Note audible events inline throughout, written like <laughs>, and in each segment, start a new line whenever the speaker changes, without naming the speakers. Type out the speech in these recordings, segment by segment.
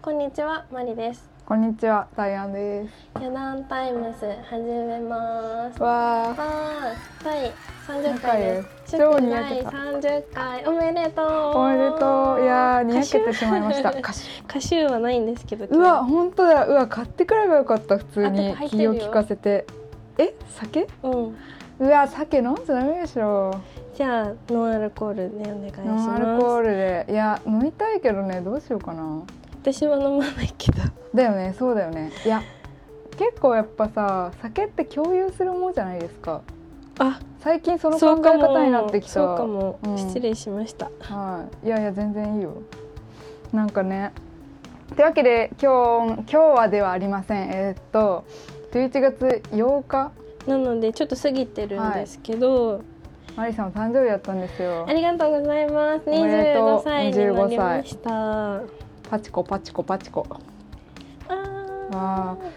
こんにちは、マリです。
こんにちは、ダイアンです。
四段タイムス始めます。わ
わあ、
ー、第三十回です。
超
祝
にやけ
第
た
三十回おめでとう。
おめでとう。いやー、にやけて
歌集
しまいました。歌手
歌集はないんですけど。
うわ、本当だ。うわ、買ってくればよかった。普通
あ
に
入ってる
気
よ
を利かせて。え、酒？
今日、うん。
うわ、酒飲んじゃダメでしょ。
じゃあノンアルコールでお願いし
ノン
ま
ア
す。
ルコールで。いや、飲みたいけどね、どうしようかな。
私は飲まないけど。
だよね、そうだよね。いや、結構やっぱさ、酒って共有するものじゃないですか。
あ、
最近その考え方になってきた。
そうかも。そうかも
うん
失礼しました。
はい、いやいや全然いいよなんかねというわけで今日今日はではありませんえーっと11月8日
なのでちょっと過ぎてるんですけど、
マリさんの誕生日だったんですよ
ありがとうございます。
おめでとう
25歳になりました。あ
パチコパチコパチコ
ー
わ
パ
あ
フ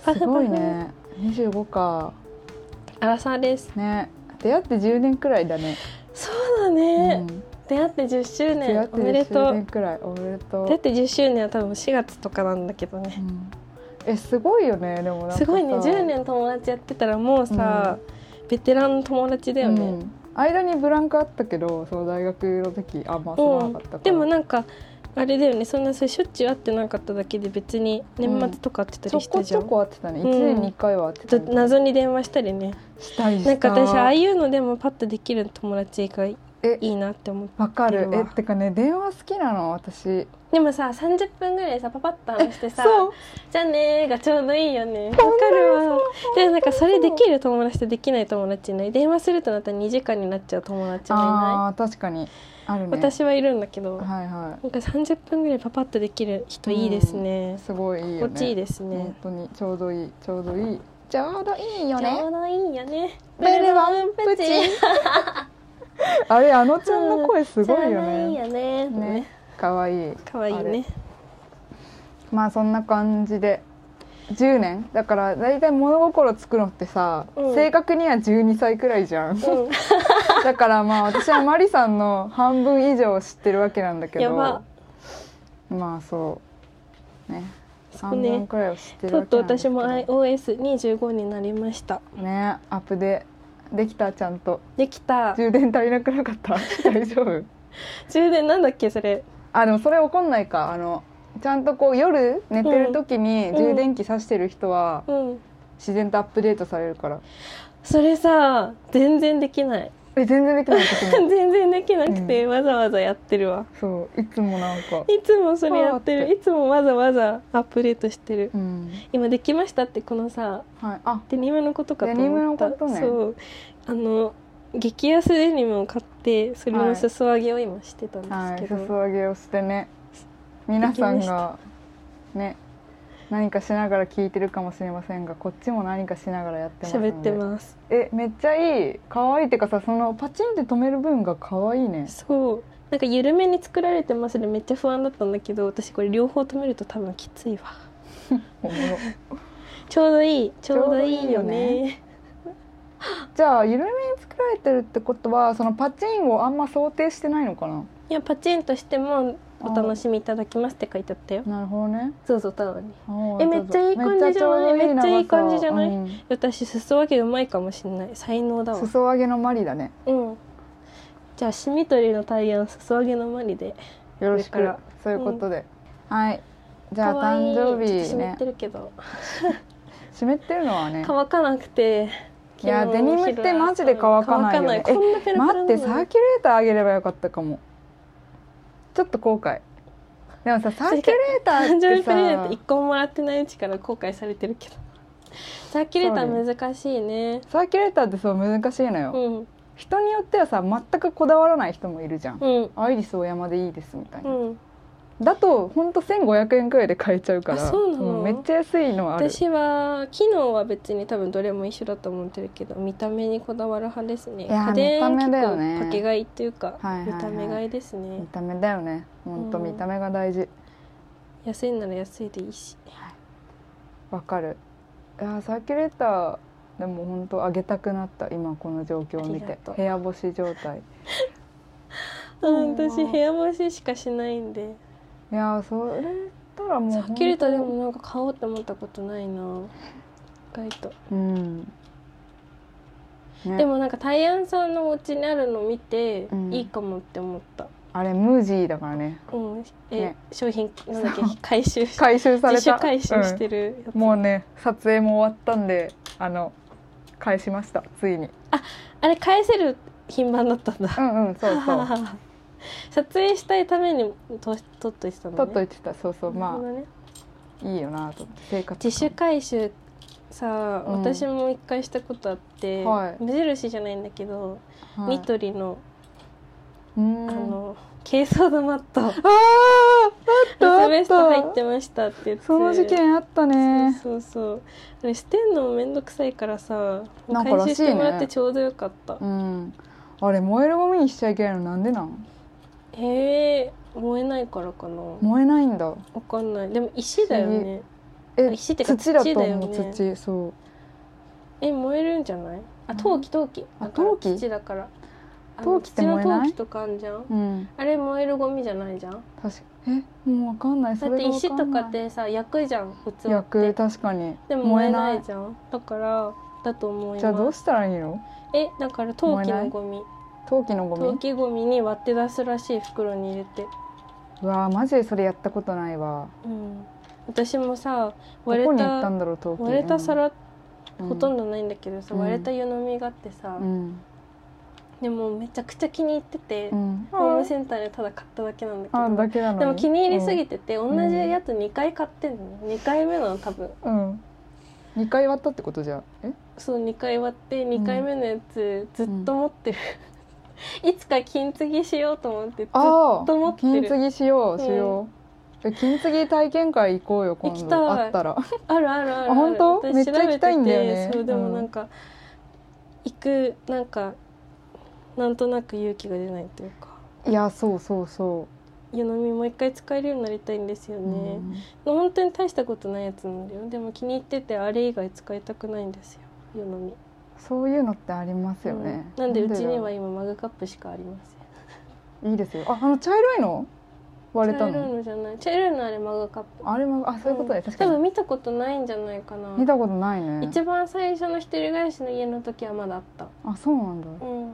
す
パフ
ごいね25か
アラサーです。
ね出会って10年くらいだね、
そうだ
う
ね。
ん
出会って10周
出会
年
って
おめでと
10
う
年。くらいおめでとう
出会って10周年は多分4月とかなんだけど
う
ね。
んえすごいよねでもなんかさ
すごいね。10年友達やってたらもうさ、ベテランの友達だよ
う
ね。
ん間にブランクあったけどその大学の時あんま遊ばなかったから、
でもなんか。あれだよねそんなそれしょっちゅう会ってなかっただけで別に年末とか会ってた
ちょ
りし
こ
たじ
ち
ゃん、
ょこ会ってたね
うん
1年に1回は会って
ち
た
ょっと謎に電話したりね
したりした
なんか私ああいうのでもパッとできる友達がい
え
いなって思って
わかる
電
え
話
ってかね電話好きなの私
でもさ30分ぐらいさパパッと話してさ
そう
じゃあねーがちょうどいいよねわか
本当に
るわでもなんかそれ
本当
で
に
きる友達とできない友達いない電話するとなったら2時間になっちゃう友達もいな
あー確かにある
い、
ね
私はいるんだけど、
はいは
なんか30分ぐらいパパッとできる人いいですね
い、すごいいいよね
心地いいですね
本当にちょうどいいちょうどいいちょうどいいよ
ちょう
ね
どいいよね
ベルワンプチ <laughs> あれあのちゃんの声すごいよ
ちょうどいい
ね
よね
ねかわいい
かわいい
あれ
ね
まあそんな感じで10年だから大体物心つくのってさ、
うん
正確には12歳くらいじ
<laughs>
ゃん
う
だからまあ私はマリさんの半分以上を知ってるわけなんだけ
や
ど
ば
まあそうね
そ
半
うね
分くらいを知って
ん
る
と
わ
うと
け
う
なんです
私
けど
も iOS25 になりました
ねアップでできたちゃんと
できた
充電足りなくなかった <laughs> 大丈夫
充電なんだっけそれ
あでもそれ怒んないかあのちゃんとこう夜寝てる時に
うん
充電器さしてる人は
うん
自然とアップデートされるから
それさ全然できない
え全然できない私も
全然できなくて、わざわざやってるわ
<laughs> そういつもなんか
いつもそれやって
あーって
るいつもわざわざアップデートしてる
うん
今できましたってこのさ
はいあ
デニムのことかと思った
デニムのことね
そうあの激安デニムを買ってそれの裾上げを今してたん
は
で
い、
すけど、
裾上げをしてね皆さんがね何かしながら聞いてるかもしれませんがこっちも何かしながらやってますので
喋ってます
えめっちゃいい可愛いってかさそのパチンって止める分が可愛
<laughs>
いね
そうなんか緩めに作られてますでめっちゃ不安だったんだけど私これ両方止めると多分きついわ
おもろ
ちょうどいいちょうどいいよ
ちょうどいいよ
ね
じゃあ緩めに作られてるってことはそのパチンをあんま想定してないのかない
やパチンとしてもお楽しみいただきますって書いてあったよ
なるほどね
そうそうただに
あー
えめっちゃいい感じじゃない
めっちゃ
めっ
ちょうど長さ
ちゃいい感じじゃない
うん
私裾分けうまいかもしれない才能だわ
裾上げのマリだね
うんじゃあシミ取りの大安裾上げのマリで
よろし
これから
くそういうことで、はいじゃあ
可愛い
誕生
ちょっ
日
と湿っ
ね
てるけど
湿ってるのはね
乾かなくて
いや
昨日のお昼
デニムってマジで乾かないよね
乾かなこんなペラペラな
待
の
っ
に
てサーキュレーターあげればよかったかもちょっと後悔でもさサーキュレーター
誕生
って
日プ
さ
レゼント一個ももらってないうちから後悔されてるけどサーキュレーター難しいね
サーキュレーターってそう難しいのよ、
うん
人によってはさ全くこだわらない人もいるじゃん、
うん
アイリスオーヤマでいいですみたいな、
うん
だとほんと1500円くらいで買えちゃうから
あそうなの
んめっちゃ安いのある
私は機能は別に多分どれも一緒だと思ってるけど見た目にこだわる派ですね
いやー
家電
見た
結
目だよね
構かけがいっていうか、
はいはいはい
見た目買いですね
見た目だよねほんと
うん
見た目が大事
安いなら安いでいい
<laughs>
し
わ、かるいやサーキュレーターでもほんとあげたくなった今この状況を
あ
見
り
て
がとう
部屋干し状態
うん
うん
私部屋干ししかしないんで
いやーそれたらもう
さ
本当
っきりとでもなんか買おうって思ったことないな意外と、
うん、ね
でもなんかタイアンさんのお家にあるの見て、
うん
いいかもって思った
あれムージーだからね
うんえ、
ね
商品なんだっけ
そう
回収し
回収された
自主回収してるやつ、
うんもうね撮影も終わったんであの返しましたついに
あれ返せる品番だったんだ
うんうんそうそう
<laughs> 撮影したいためにと撮っといてたのね
撮っといてたそうそう
なる
ま
ほどね
あいいよなと思って生活
自主回収さ、
うん
私も一回したことあって、
はい
無印じゃないんだけど、
はい
ニトリの
うん
あの珪藻土マット
あー
「ア
あ
ルベス
った
ト
あ
入
っ
ったてました」って言って
その事件あったね
そうそうそうあれ捨てんのもめんどくさいからさ
なんから
回
しい
収し
ね
てもらってちょうどよかった、
うんあれ燃えるゴミにしちゃいけないのなんでなん
へえ燃えないからかなわ
燃えないんだ
かんないでも石だよね
え
石ってか
土だと
土だよ
思う
ね
土そう
え燃えるんじゃないあ陶器陶器
あ
だから
陶器
土だからあの
陶器って燃えない
土の陶器とかあんじゃん
うん
あれ燃えるゴミじゃないじゃん
確かえもう分かんない
だ
そ
っ
れ
て
が分
石
か
と
ん
か
な
っ
い
てさ焼くじゃん普通
焼く
って
確かに
でも燃えないじゃんだからだと思います
じゃあどうしたらいいの
えだから陶器のゴミ
陶器のゴ
陶
ミ
器ゴミに割って出すらしい袋に入れて
うわーマジでそれやったことないわ
うん私もさ
ど
割
こ
れ
に行った
た
んだろう陶器
割れた皿
うん
ほとんどないんだけどさ
うん
割れた湯飲みがあってさ
うん
でもめちゃくちゃ気に入ってて
うん
ホームセンターでただ買っただけなんだけ
あ
ど
だけなの
でも気に入りすぎ
て
てて同
ん
じやつ2回買ってんの2回目なの多分
うん二回割ったってことじゃえ
そう2回割って2回目のやつずっと持ってるいつか金継ぎしようと思ってずっ
ああ
と持って
金
る
継ぎしよ
ん
うしよう、え金継ぎ体験会行こうよ今
行き
度
たい
あったら
あるあるある
あ本当
私
めっちゃ行きたいんだよね
調べててそうでも
うん
なんか、行くなんかなんとなく勇気が出ないというか
いやそうそうそ
湯飲みもう一回使えるようになりたいんですよ
う、
ね、本当に大したことないやつなんだよでも気に入っててあれ以外使いたくないんですよ湯飲み
そういうのってありますよね、
うんなんでうちには
なんで
今マグカップしかありません
だろういいですよああの茶色いの割れた
茶色い
の
のじゃない茶色いのあれマグカップ
あれもあそういうことね、
ん
確か
多分
に
見たことないんじゃないかな
見たことないね
一番最初の一人暮らしの家の時はまだあった
あそうなんだ
うん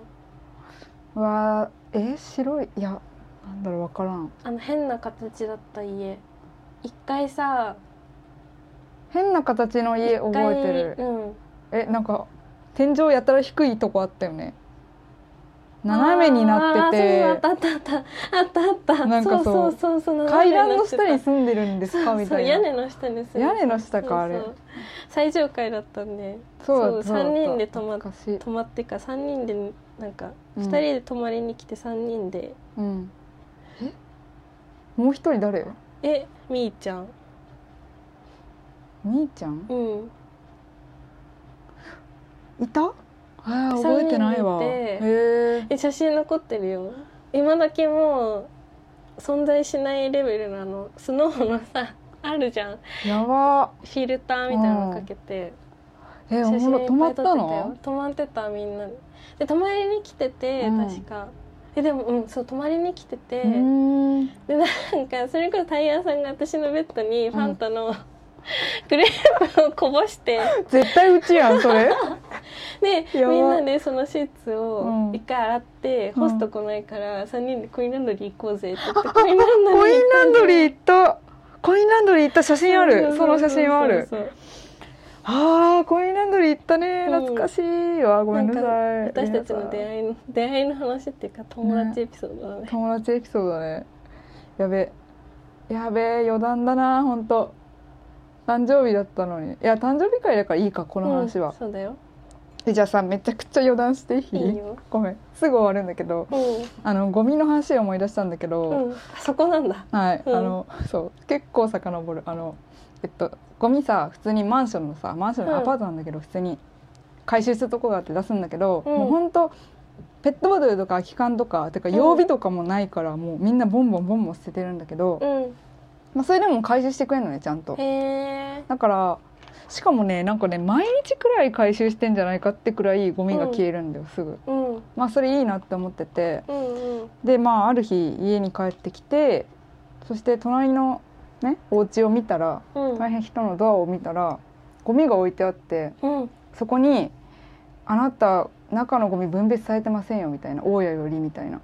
うわーえ白いいやなんだろうわからん
あの変な形だった家一回さ
変な形の家
一
覚
回
えてる
うん
えなんか天井やたら低いとこあったよね斜めになってて
あーそうあったあったあったあったあった
なんかそう
そうそうそうそう
階段の下に
す
住んでるんですかみたいな
屋根の下にす
屋根の下かあれ
最上階だったんで
そう
そう三人で泊まっ
昔
泊まってか3人でなんか
うん
2人で泊まりに来て3人で、
うんえもう一人誰
えみーちゃん
兄ちゃん
うん
いたあー覚えてないわ
三人
へ
でいて
え
え写真残ってるよ今だけもう存在しないレベルのあのスノーのさあるじゃん
やば
フィルターみたいなのかけて、
えおもろ止まった
よ
の
泊まってたみんなでで泊まりに来てて、
うん
確かえでもうんそう泊まりに来てて、
うーん
でなんかそれこそタイヤさんが私のベッドにファンタの、クレープをこぼして
絶対うちやんそれ
で
やば
みんなでそのシーツ
うん
を一回洗って、
う
ホ
ん
スト来ないから3人でコインランドリー行こうぜって言 <laughs> ってコインランドリー
コインランドリー行ったコインランドリー行った写真あるその写真はある
そうそうそう
あーコインランドリー行ったね
うん
懐かしいわごめんなさい
なんか私たちの出
い
会いの出会いの話っていうか友達エピソードだね
友達エピソードだねやべやべ余談だな本当誕生日だったのにいや誕生日会だからいいかこの話
うん
は、
そうだよ
えじゃあさめちゃくちゃ余談していい
いいよ
ごめんすぐ終わるんだけど
う
あのゴミの話を思い出したんだけど、
ん、うん、そこなんだ
はい、
うん
あのそう結構遡るあのえっとゴミさ普通にマンションのさマンションの
うん
アパートなんだけど、普通に回収するとこがあって出すんだけど、
うん
もうほんとペットボトルとか空き缶とかてか曜日とかもないから、もうみんなボンボンボンボン捨ててるんだけど、
うん
まあ、それでも回収してくれるのねちゃんと
へ。え
だからしかもねなんかね毎日くらい回収してんじゃないかってくらいゴミが消えるんだよ、すぐ。
うんうん
まあそれいいなって思ってて
うん
でまあある日家に帰ってきてそして隣のねお家を見たら
うん
大変人のドアを見たらゴミが置いてあって
うん
そこに「あなた中のゴミ分別されてませんよ」みたいな「大家より」みたいな。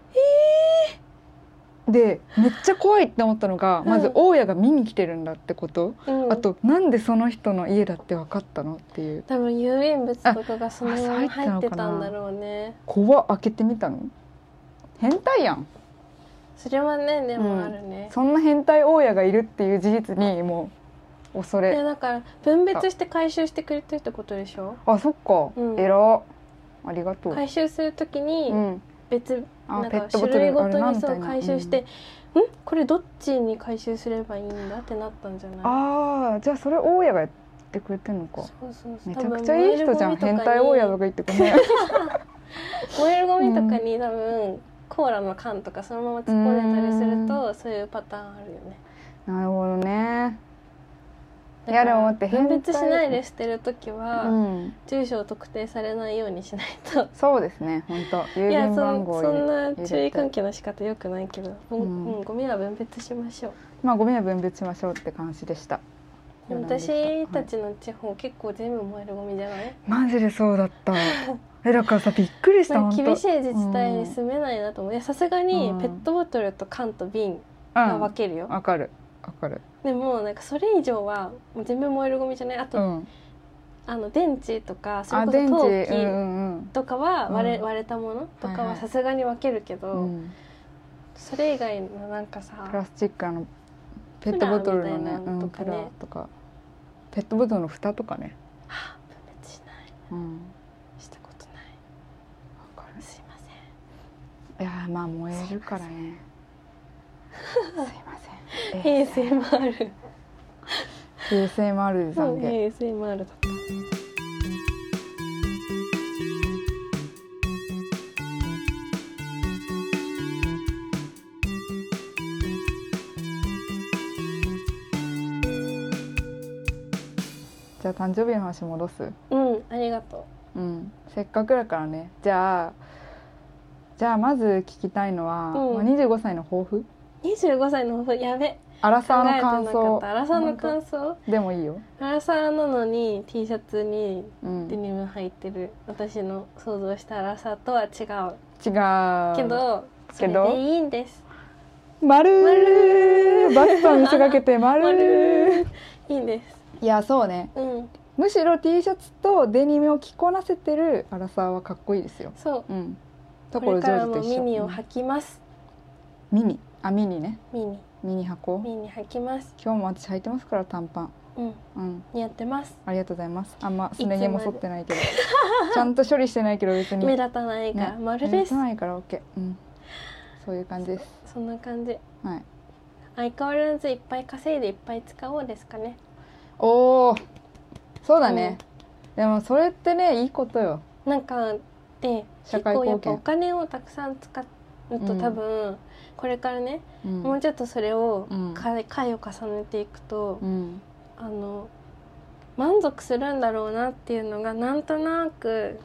でめっちゃ怖いって思ったのが、
うん
まず大家が見に来てるんだってこと、
うん
あとなんでその人の家だって分かったのっていう
多分郵便物とかがそのまま
あそう
入
入
っ
ってて
た
た
ん
のかな
だろうね
怖っ開けてみたの変態やん
それはねで
う
も
ん
あるね、
そんな変態大家がいるっていう事実にもう恐
いや
れ
だから分別して回収してくれてるってことでしょ
あそっか、
うん
えらありがとう、
回収するときに
うん、
別、
あ
なん
ペ
か
ットボ
種
ト
類
ル
ご
ある
と
な
に
みた
そ
いうな
回収して、んこれどっちに回収すればいいんだってなったんじゃな
う
んい
あーじゃあそれ大家がやってくれてんの
そ
か
うそうそう
めちゃくちゃいい人じゃん変態大家と
か
か言って
<laughs>
ごめん
燃えるゴミとかに多分コーラの缶とかそのまま突っ込んでたりするとそういうパターンあるよね
なるほどねい
だか
やでも
ら
待って
分別し
変態
ないで捨てる時は、
うん
住所を特定されないようにしないと
そうですね本当郵
いや
便
そ
番号
んそん
を
な注意喚起の仕方よくないけど、うん
うん
うんゴミは分別しましょう
まあゴミは分別しましょうって感じでした余談でした
私た
はい
ちの地方、結構全部燃えるゴミじゃない、
マジでそうだった
<laughs>
えだからさびっくりした
まあ、
本当
厳しい自治体に住めないなと思ういやさすがに
うん
ペットボトルと缶と瓶
う
は
ん
分けるよ、
わかるわかる
でもなんかそれ以上はもう全部燃えるゴミじゃないあと、
うん
あの電池とかそれ
あ
こそ
電池
陶器
うんうん
とかは割れ,、
うん
割れたものとか
はい
は
はい
さすがに分けるけど、
うんうん
それ以外のなんかさ
プラスチックあのペットボトル
プラ
のね
みたいなの
うん
とか
プ
ね
ラとかペットボトルの蓋とかね
はあ分別しない
うん
したことない
わかる
すいません
いやーまあ燃えるから
<laughs>
ねすいません
ASMR
ASMR で懺悔
ASMR だった
じゃあ誕生日の話戻す
うんありがと
うんせっかくだからねじゃあじゃあまず聞きたいのは、
うん
まあ、25歳の抱負
う25歳の抱負やべ
アラ
考
サー
えて
の
なか
感
っ
想
たアラサーの感想
でもいいよ、
アラサーなのに T シャツに
うん、
デ
違う
ニム入ってる、私の想像したアラサーとは違うけどそ
け
れ
ど
でいいんです
まる
まるー
ーバットを見せか
<laughs>
けてまる
ま
ー
いいんです
いやそうね
うん
むしろ T シャツとデニムを着こなせてるアラサーはかっこいいですよ
そう
うんと
こ
ころ
れ
ジ
か
ョ
ら
ージ
も
と一
ミ
緒
ニを
うん
履きます
ミニあミニね
ミニ
ミニ箱
ミニ履きます
今日も私履いてますから短パン
うん
うん
似合ってます
ありがとうございますあんますね
いつ
毛
ま
も
で
剃ってないけど <laughs> ちゃんと処理してないけど別に
目立たないから、
ね
丸です
目立たないから OK うんそういう感じです
そんな感じ
はい
相変わらずいっぱい稼いでいっぱい使おうですかね
おおそうだね、でもそれってねいいことよ
なんかで
社
結
会
構や
貢
っ
献
ぱお金をたくさん使うと
うん
多分、これからね、
うん
もうちょっとそれを
うん
回回を重ねていくと、
うん
あの満足するんだろうなっていうのがなんとなく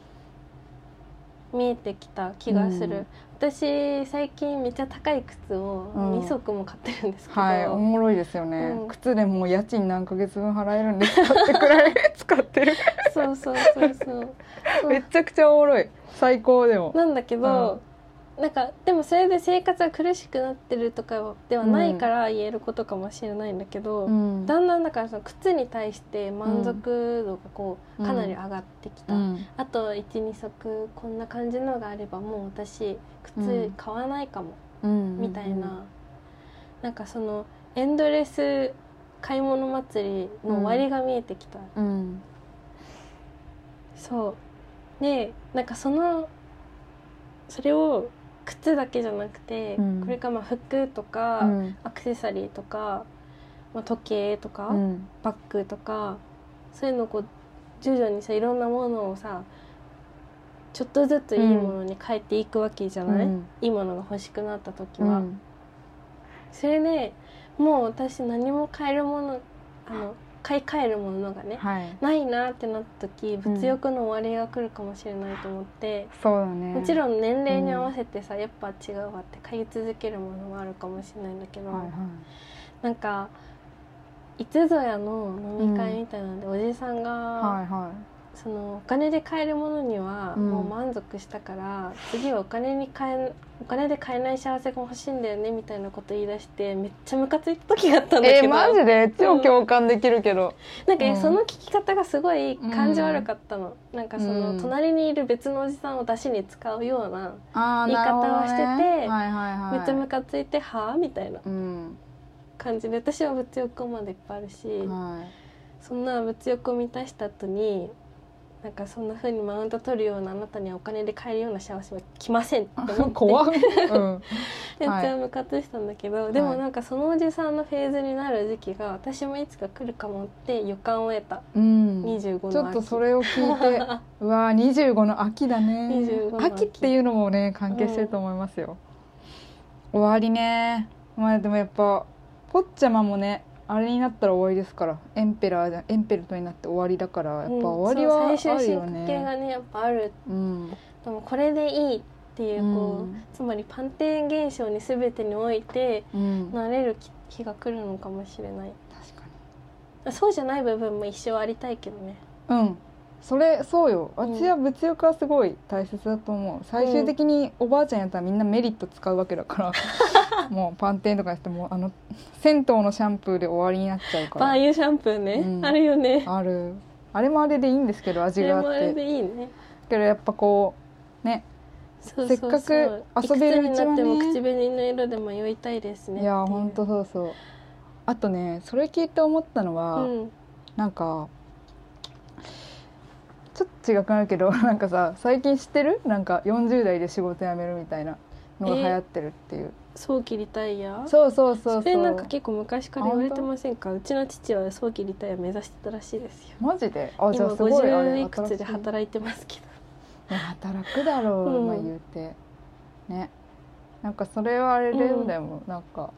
見えてきた気がする、
うん
私最近めっちゃ高い靴を
うん
2足も買ってるんですけど、
はいおもろいですよね、
うん
靴でもう家賃何ヶ月分払えるんですかってくらい使ってる
そうそうそうそうそう
めっちゃくちゃおもろい最高でも
なんだけど、なんかでもそれで生活が苦しくなってるとかではないから言えることかもしれないんだけど、
うん
だんだんだからその靴に対して満足度がこう
うん
かなり上がってきた、
うん
あと12足こんな感じのがあればもう私靴買わないかも、
うん
みたいな、なんかそのエンドレス買い物祭りの終わりが見えてきた、
うん
そうでなんかそのそれを靴だけじゃなくて、
うん
これからまあ服とか、
うん
アクセサリーとか、まあ、時計とか、
うん
バッグとかそういうのをこう徐々にさいろんなものをさちょっとずついいものに変えていくわけじゃない、
うん
いいものが欲しくなった時
う
は、
ん
それでもう私何も買えるものあの買い替えるものがね
はい
ないなってなった時
うん
物欲の終わりが来るかもしれないと思って、
そうだね
もちろん年齢に合わせてさ、やっぱ違うわって買い続けるものもあるかもしれないんだけど、
はいはい
なんかいつぞやの飲み会みたいなので、おじさんが、
はいは
そのお金で買えるものには
うん
もう満足したから、次はお金に買えお金で買えない幸せが欲しいんだよねみたいなこと言い出してめっちゃムカついた時があったんだけ
え
ど、
ー、マジで超共感できるけど、
なんか、
うん
その聞き方がすごい感じ悪かったの、なんかその、
うん
隣にいる別のおじさんを出しに使うような、
あー
言い方をしてて
なるほどねはいはいはい、
めっちゃムカついて「はあ?」みたいな
うん
感じで私は物欲までいっぱいあるし、
は
そんな物欲を満たした後になんかそんな風にマウント取るようなあなたにはお金で買えるような幸せは来ませんって思って <laughs>
い、怖っ、うん、
めっちゃムカつしたんだけど、でもなんかそのおじさんのフェーズになる時期が私もいつか来るかもって予感を得た <laughs>
うん
25の秋
ちょっとそれを聞いて
<laughs>
うわー25の秋だね
25の秋
秋っていうのもね関係してると思いますよ、終わりねまあでもやっぱポッチャマもねあれになったら終わりですからエンペラーじゃエンペルトになって終わりだからやっぱ終わりは
うんそう
あ
最
る
終
よ
進化系
ね、
がねやっぱある
うん
でもこれでいいっていうこう、
うん
つまりパンテーン現象に全てにおいて
うん、確
慣れる日が来るのかもしれない
か
そうじゃない部分も一生ありたいけどね
にうんそれそうよ
うん
私は物欲はすごい大切だと思う最終的におばあちゃんやったらみんなメリット使うわけ
<laughs>
だからもうパンテーンとかやってもあの銭湯のシャンプーで終わりになっちゃうから
バーユーシャンプーね、
うん
あるよね
あるあれもあれでいいんですけど
そ
味
れ
があ
もあ
っ
れ
て
でいいね
けどやっぱこうね
そうそうそう
せっかく遊べるうち
いくつ
はね
になっても口紅の色で迷いたいですね
いやほんとそうそうあとねそれ聞いて思ったの
う
は、
ん
なんかちょっと違くなるけど <laughs> なんかさ最近知ってるなんか40代で仕事辞めるみたいなのが流行ってるっていう、
早期リタイア
そうそうそうそう
それなんか結構昔から言われてませんかうちの父は早期リタイア目指してたらしいですよ
マジであじゃ
今
あすごいあ
50
れ
いくつで
新しい
働いてますけど
いや働くだろう、
うん
まあ言うてねなんかそれはあれで、
うん
でもなんか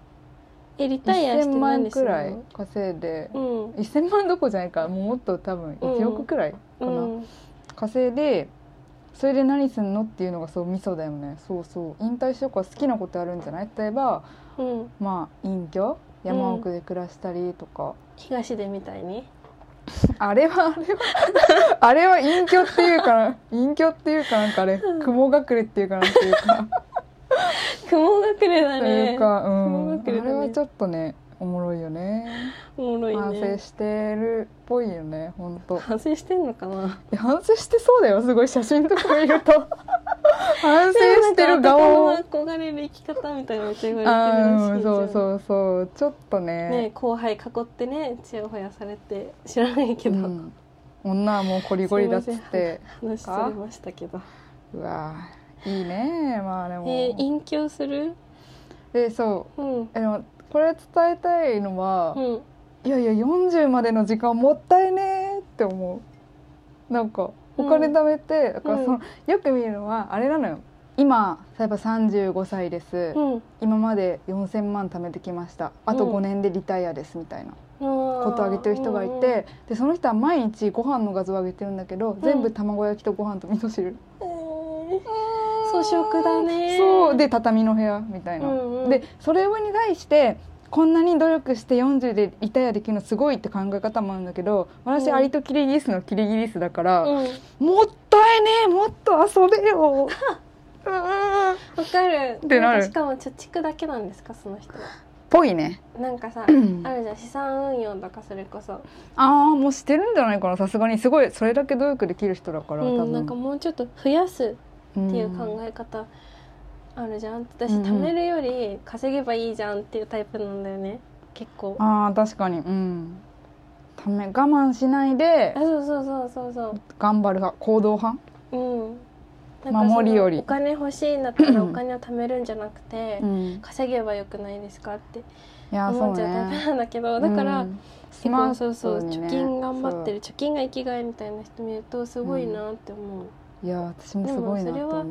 えリタイアして
1000
何
万
でしょ
くらい稼いで、
うん
1000万どころじゃないかもうもっと多分1億くらいかな、
うん
稼いでそれで何すんのっていうのがそうミソだよねそうそう引退しようから好きなことやるんじゃない例えば
うん
まあ隠居山奥で暮らしたりとか、
東出みたいに
あれはあれはあれは隠居っていうかな隠居っていうかなんかあれ雲隠れっていうかなんていう
<laughs>
か
雲隠れだ
と
ね
いうか、うん、
雲隠れだ
あ
ね
れはちょっとねおもろいよね
おもろい
反省
ね
してるっぽいよね本当
反省してんのかな
反省してそうだよすごい写真とか見る
<laughs>
と反省してる顔を
でもなんか男の憧れる生き方みたいなのって言わ
あ
れてるらし
ー
い
そう
う
そうそうちょっとね
ね後輩囲ってねちやほやされて知らないけ
う
ど、
ん、女はもうコリゴリだっつ
す
っ
いませ
て
話しされましたけど
うわーいいねまあで
え
も、
ー、隠居する
でそう
うん
でもこれ伝えたいのは、
うん
いやいや40までの時間もったいねーって思うなんかお金貯めて、だからそのよく見るのはあれなのよ今例えば35歳です、
うん
今まで4,000万貯めてきましたあと
うん
5年でリタイアですみたいなこ
こと
を挙げてる人がいて、でその人は毎日ご飯の画像を上げてるんだけど、
ん
全部卵焼きとご飯と味噌汁
えー装飾だね
そうで畳の部屋みたいな、
うんうん
でそれに対してこんなに努力して40でリタイアできるのすごいって考え方もあるんだけど私
うん
アリとキリギリスのキリギリスだから、
うん
もったいねえもっと遊
<laughs>
べようーん
わかる
ってなる
んかしかも貯蓄だけなんですかその人は
ぽいね
なんかさ、
うん
あるじゃん資産運用とかそれこそ、
ああもうしてるんじゃないかなさすがにすごいそれだけ努力できる人だから、
う
多
ん、
分
なんかもうちょっと増やす
っ
っていう考え方あるじゃん私
うんうん
貯めるより稼げばいいじゃんっていうタイプなんだよね結構あ
あー確かにうんため我慢しないで
そうそうそうそうそ
頑張る派行動派
ううんなんかその
守りより
お金欲しいんだった
<laughs>
らお金を貯めるんじゃなくて、
ん
稼げばよくないですかって
いやそ
思
う
っちゃうタイ
ね
プなんだけど、だから、
うんス
結
マ
構
ート
そうそう、
にね
貯金頑張ってる貯金が生きがいみたいな人見るとすごいなって思う、
そういや私もすごいなと
で
思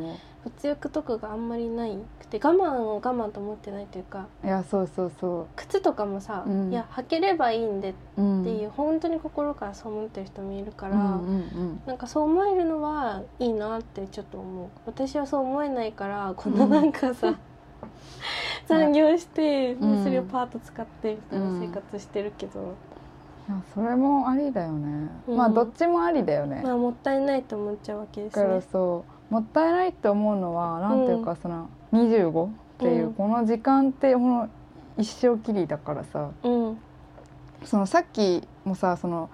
物欲とかがあんまりないくて我慢を我慢と思ってないというか
ういやそうそうそ
靴とかもさ、
うん
いや履ければいいんでっ
う、うん、
ていう、本当に心からそう思ってる人もいるか、
からうんうんうん、
なんかそう思えるのはいいなってちょっと思う私はそう思えないからこんななんか <laughs> さ、残業して、
うん
でそれをパート使ってみたいな生活してるけど、
いやそれもありだよね、
うん
まあどっちもありだよね、
まあもったいないと思っちゃうわけで
だ
す
から
ね。
そうもったいないって思うのはなんていうか、
う
その25っていう、
うん
この時間ってこの一生きりだからさ
うん
そのさっきもさその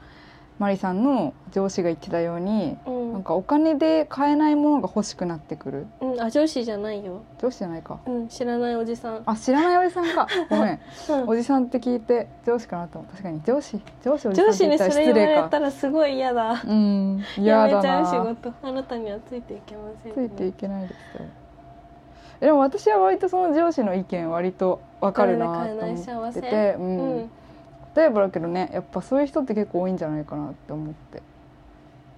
マリさんの上司が言ってたように、
うん
なんかお金で買えないものが欲しくなってくる
うんあ上司じゃないよ。
上司じゃないか
うん知らないおじさん。
あ知らないおじさん
<laughs>
かごめん
うん
おじさんって聞いて上司かなと思う確かに上司上司おじさん
上
って
司
言
に
った
そ
ら
れ
失
言わ
礼
れ
か
たらすごい嫌だ。
うん
や
嫌だ
めちゃう
な
仕事。あなたにはついていけません、
ついていけないですよでも私は割とその上司の意見割と分かるなと思っ
彼の
て
考
て
え、
う
うんん。
例えばだけどねやっぱそういう人って結構多いんじゃないかなって思って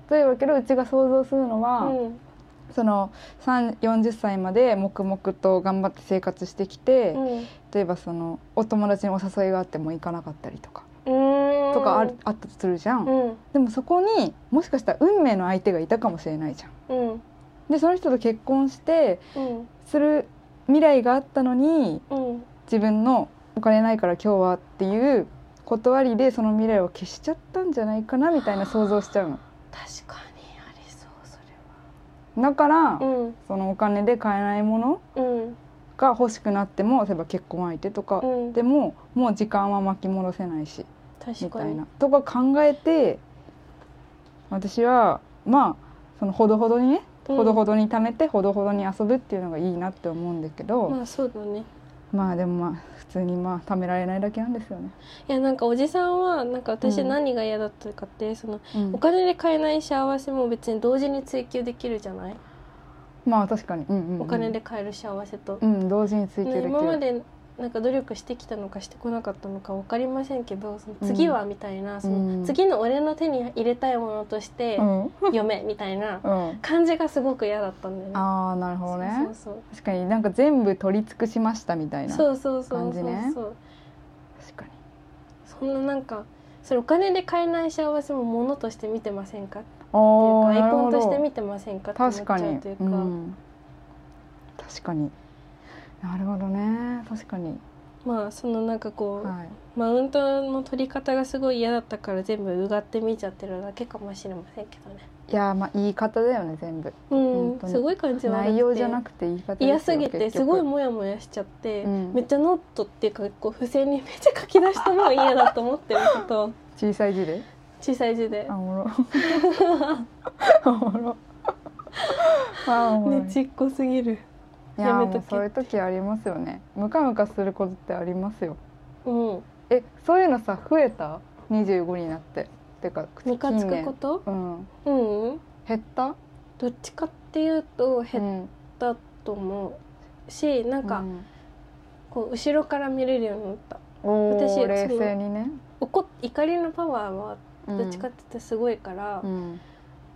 例えばだけどうちが想像するのは、
うん。
その3 40歳まで黙々と頑張って生活してきて、
うん。
例えばそのお友達にお誘いがあっても行かなかったりとか、
うん。
とかあるあったとするじゃん、
うん。
でもそこにもしかしたら運命の相手がいたかもしれないじゃん
うん。
でその人と結婚して
うん。
する未来があったのに
うん。
自分のお金ないから今日はっていう断りでその未来を消しちゃったんじゃないかなみたいな想像しちゃうの
確かにありそうそれ
だから、
は。
そのお金で買えないもの
うん。うん。
が欲しくなっても例えば結婚相手とか
うん。
でももう時間は巻き戻せないしみ
確か
たい
に
な。とか考えて私はまあそのほどほどにね
うん
ほどほどに貯めてほどほどに遊ぶっていうのがいいなって思うんだけど、
まあそうだね。
まあでもまあ普通にまあ貯められないだけなんですよね。
いやなんかおじさんはなんか私
うん
何が嫌だったかって、その
うん
お金で買えない幸せも別に同時に追求できるじゃない、
まあ確かに、うんうんうん
お金で買える幸せと
う、ん同時について
ね
るけ
今ま
ど、
でなんか努力してきたのかしてこなかったのか分かりませんけどその次はみたいな、そ
うん
の次の俺の手に入れたいものとして
うんうん
嫁みたいな
あ
感じがすごく嫌だったんだよね。
あーなるほどね
そうそう
確かになんか全部取り尽くしましたみたいな
そうそうそうそう
感じね
そう
確かに
そんななんかそれお金で買えない幸せも物として見てませんかっていう
お
か
ー
アイ
なる
コン
ほど
として見てませんかって思っち
確
ゃ
かに
うというか
うん、確かになるほどね確かに
まあそのなんかこう、
はい
マウントの取り方がすごい嫌だったから全部うがって見ちゃってるだけかもしれませんけどね
いやーまあ言い方だよね全部
う
本当
ん
に
すごい感じ悪くて
内容じゃなくて言い方ですよ
嫌すぎて
結局
すごいモヤモヤしちゃって、
うん
めっちゃノートっていうかこう付箋にめっちゃ書き出したのが嫌だと思ってること
<laughs> 小さい字で
小さい字で
あ。おもろ <laughs> お
<laughs>
もろあおもろい
ねちっこすぎる。
いや
や
ー
めとけ
もうそういう時ありますよねムカムカすることってありますよ
うん。
えそういうのさ増えた25になっててか
ムカつくこ
近
と？
年うん
うん。
減った
どっちかっていうと減っ
うん
たと思うし、なんか
うん
こう後ろから見れるようになった。
おー
私その
冷静にね
怒っ怒りのパワーはどっちか
っ
って言ったらすごいから、
うん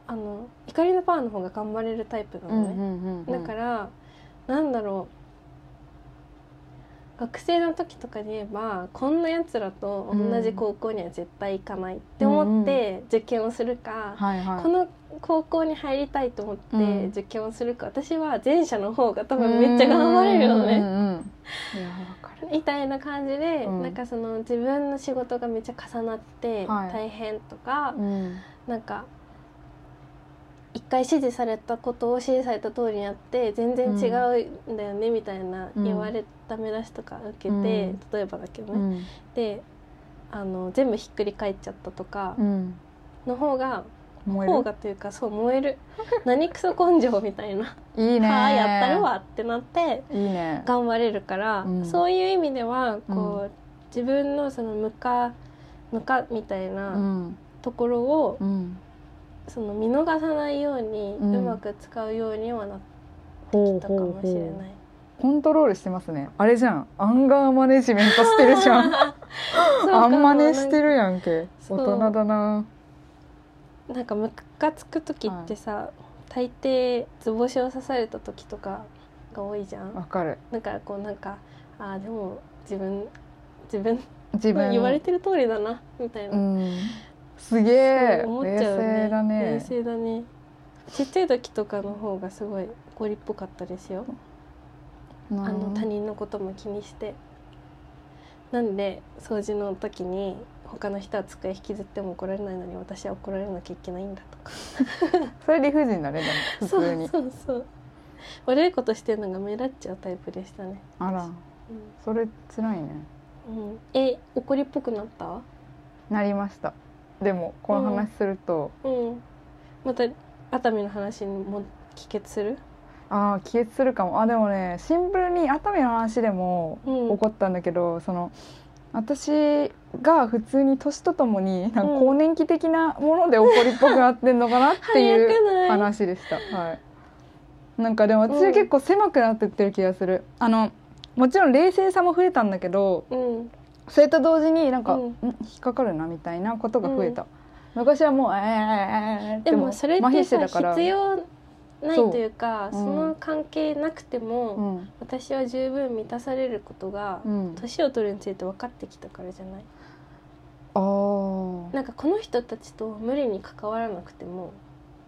あの怒りのパワーの方が頑張れるタイプな
うん
のね。
うんうん
だからなんだろう学生の時とかで言えばこんなやつらと同じ高校には絶対行かないって思って受験をするか、
はいはい
この高校に入りたいと思って
うん
受験をするか、私は前者の方が多分めっちゃ頑張れるよ
うんう
ね。
んうんうんいやわかる
みたいな感じで、
うん
なんかその自分の仕事がめっちゃ重なって
はい
大変とか、
うん
なんか一回指示されたことを指示された通りにやって全然違うんだよねみたいな
うん
言われた目出しとか受けて、
うん
例えばだけど
う
ね、
ん
であの全部ひっくり返っちゃったとか
うん
の方が、
燃
方
え
がというかそう燃える何クソ根性みたいな
るいい
「
<laughs> ね
はあやったるわ」ってなって
いいね
頑張れるから、
うん
そういう意味ではこう、
う
自分のそのムカムカみたいうなんところを、
うん
その見逃さないように
うん
うまく使うようにはなって
ほ
きたかもしれない、
コントロールしてますねあれじゃんアンガーマネジメントしてるじゃん
<laughs> そうか
あんまねしてるやんけ
そ
大
う
人だな
なんかムカつく時ってさ、大抵図星を刺された時とかが多いじゃん
わかる
なんかこうなんかあーでも自分自分
自分
言われてる通りだなみたいな、
うんすげえ
そう
冷静だ
冷
ね
静だねちっちゃい時とかの方がすごい怒りっぽかったですよあ
あ
の他人のことも気にしてなんで掃除の時に他の人は机引きずっても怒られないのに私は怒られなきゃいけないんだとか
それ理不尽だねでも普通に
そうそうそう悪いことしてるのが目立っちゃうタイプでしたね、
あらそれ辛いね
うんうん、え怒りっぽくなった
なりましたでもこの話すると、
うんまた熱海の話にも帰結する
ああ帰結するかもあでもねシンプルに熱海の話でも
うん
怒ったんだけど、その私が普通に年とともになんか
うん
更年期的なもので怒りっぽくなってんのかなってい
早くな
う
い
話でした、はい、なんかでも私は結構狭くなってってる気がする、あのもちろん冷静さも増えたんだけど
うん
それと同時になんか、
うん
ん引っかかるなみたいなことが増えた、昔はもう「えーえーえーえーって
でもそれってさ必要ない
そう
というかそ,、
うん
の関係なくても、
うん
私は十分満たされることが
うん、
年、を取るについて分かってきたからじゃない
あー
なんかこの人たちと無理に関わらなくても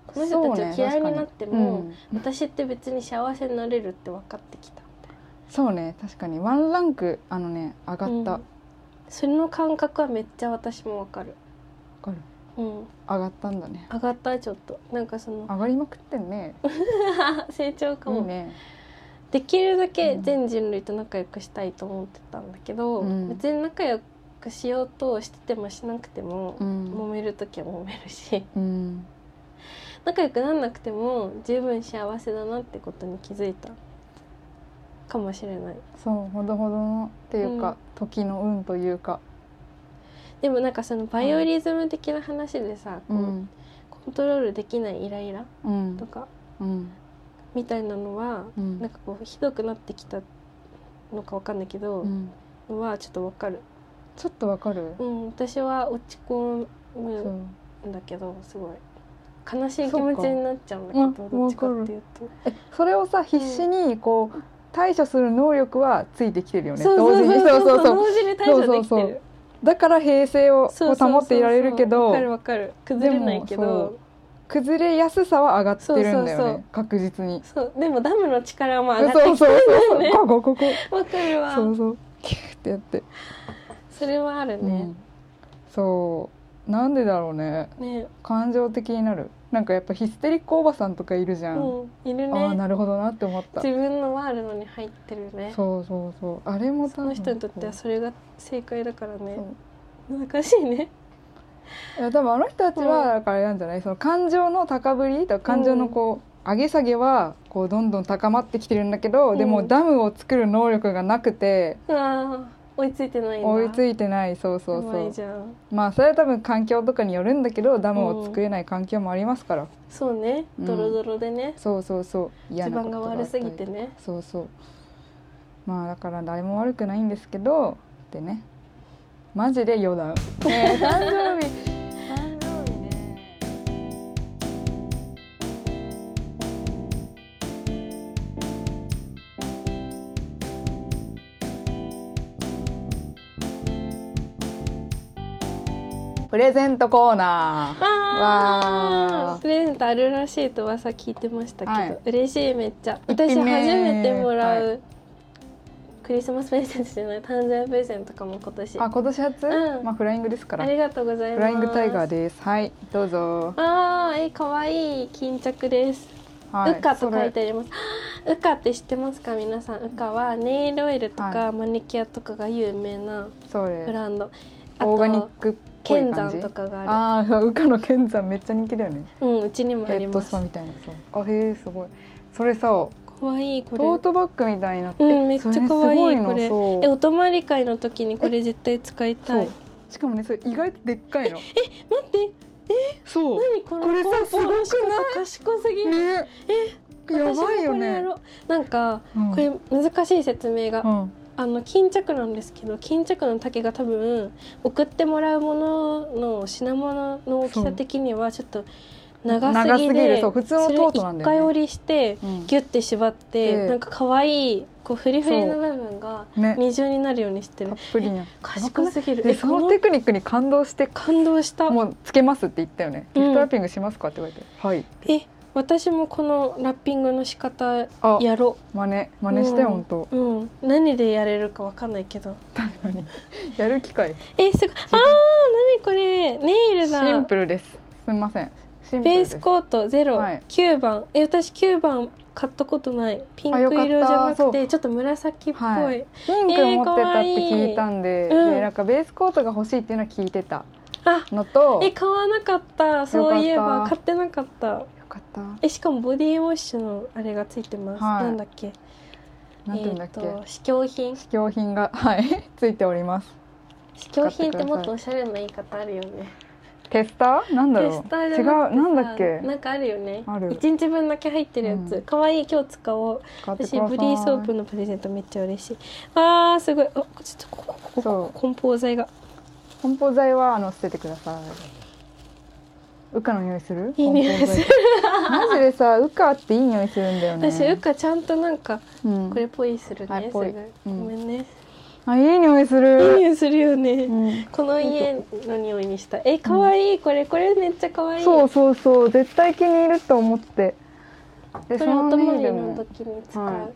この人たちを嫌いになっても、
そうね確かにうん
私って別に幸せになれるって分かってきたみたいな
そうね確かにワンランクあのね上がった、
うんそれの感覚はめっちゃ私も分かる
わかる
うん
上がったんだね
上がったちょっとなんかその
上がりまくってんね
成長かも
いいね
できるだけ
うん
全人類と仲良くしたいと思ってたんだけど、
うん
別に仲良くしようとしててもしなくても、
うん、
揉める時は揉めるし
うん、
仲良くなんなくても十分幸せだなってことに気づいたかもしれない
そうほどほどのっていうか、
うん
時の運というか、
でもなんかそのバイオリズム的な話でさ、
う
こうんコントロールできないイライラ
うん
とか
うん
みたいなのは、
うん
なんかこうひどくなってきたのかわかんないけど、
うん
のはちょっとわかる、
ちょっとわかる、
うん、私は落ち込む
そう
だけどすごい悲しい気持ちになっちゃうんだけど
そっか
どっちかっていうと、
えそれをさ必死にこう対処する能力はついてきてるよね
そう
同時にそうそうそう
同時に対処できてる
だから平静を
そうそうそうそう
保っていられるけど
わかるわかる崩れないけ
でも
ど
崩れやすさは上がってるんだよね
そうそうそう
確実に
そうでもダムの力も上がって
そう
きて
そうそう、
ね
ここここ
わかるわ
そう
そ
そうキューってやって、
れはある
う
ね
ん、そうなんでだろうね
ね
感情的になるなんかやっぱヒステリックおばさんとかいるじゃん、
うんいる
ああ
ね
なるほどなって思った
自分のワールドに入ってるね
そうそうそうあれも多
そ
分
の人にとってはそれが正解だからね
そう
難しいね
いや多分あの人たち
うん
はだからあれなんじゃない、その感情の高ぶりだから感情のこう、上げ下げはこうどんどん高まってきてるんだけど、で
う
も
ん
ダムを作る能力がなくて
あー追いついてないんだ
追いつ
い
いてないそうそう
ない
そ
じゃん
うまあそれは多分環境とかによるんだけどダムを作れない環境もありますから、
そうね
うん
ドロドロでね
そうそうそう
地
嫌なこ
盤
と
が
があったり
悪すぎてね
そうそうまあだから誰も悪くないんですけどってねマジで余談 <laughs> ねえ誕生日誕生日ねプレゼントコーナ
<laughs>
ー
あ
わー
ープレゼントあるらしいと噂聞いてましたけど、
はい
嬉しいめっちゃ
いいね
私初めてもらう、
は
クリスマスプレゼントじゃない誕生日プレゼントかも今年
あ
あ
今年初、
うん
まあフライングですから
りがとうございます
フライングタイガーですはいどうぞ
あーえ可愛い巾着です、
はい
ウカと書い
それ
てありますはあ <gasps> ウカって知ってますか皆さんウカはネイルオイルと
は
かマニキュアとかが有名な
それ
ブランド、あ
オーガニッ
と
クっぽい
剣山
感じ
とかがあ
ああそうウカの剣山めっちゃ人気だよね
るうんうちにもあ
ヘ
り
ッド
ま
ス
す
パみたいなそうあへえすごいそれさト
可愛いこれ
ートバッグみたいになって、
うん、めっちゃ
それす
可
ご
愛い
な
これ。え、
そう
お泊まり会の時にこれ絶対使いたい。
そうしかもねそれ意外とでっかいの
待って、
そう
何この
これさ
梱包の
すごくない
仕方賢すぎる。
ねやばい
私も
よね
これやろうなんか、
うん
これ難しい説明が、
うん
あの巾着なんですけど巾着の丈が多分送ってもらうものの品物の大きさ的にはちょっと長すぎ
長すぎ
で
るそう普通のトートなんだよね
それ一回折りして
うん
ギュッて縛って、
ええ
なんか可愛いこうフリフリの部分が
ね
二重になるようにしてる
たっぷりに
賢すぎる
で
え
そ
こ
の
の
テクニックに感動して
感動した
もうつけますって言ったよね、
うん
ギフトラッピングしますかって言われてはい
え私もこのラッピングの仕方
あ
やろ
真似真似して、
うん
本当
ううん何でやれるかわかんないけど
確かにやる機会
えすごいあー何これネイルだ
シンプルですすみませんシンプ
ベ
ル
ー
です
スコートゼロ、
はい
9番え私9番買ったことないピンク
あよかった
色じゃな
そ
くて
う
ちょっと紫っぽい、
はいピンク持ってたって聞いたんで,、
えーかわいいうん
でなんかベースコートが欲しいっていうのは聞いてた
あ
のと
え買わなかったそういえ
よか
ば
った
買ってなかった
よかった
えしかもボディウォッシュのあれがついてます、
はい
なんだっけ
なんて言うんだっけ、
えーと試供品
試供品が <laughs> はいついております
試供品ってもっとおしゃれな言い方あるよね
テスターなんだ
テ
ろ
ス
う
ターじ
違
ゃなく
う
てさ
なんだっけ
なんかあるよね
ある
1日分だけ入ってるや
う
つ
ん
可愛、い今日使おう
買って
私
ください
ボディーソープのプレゼントめっちゃ嬉しいあーすごいあちょっとここここ
そう
梱包材が
梱包材はあの捨ててくださいウカの匂いする
いい匂いする
梱包材マジでさウカっていい匂いするんだよね
私うかちゃんとなんか
うん
これポイする
はい
ね、
ポイ
す
う
ぐ
ん
ごめんね、
あいい匂いす
いい
る
匂いするよね、
うん
この家の匂いにしたえ可愛いこれこれめっちゃ可愛い
そうそうそう絶対気に入ると思ってで
これお泊ま
ネイ
り
ル
の
も
時に使う、
はい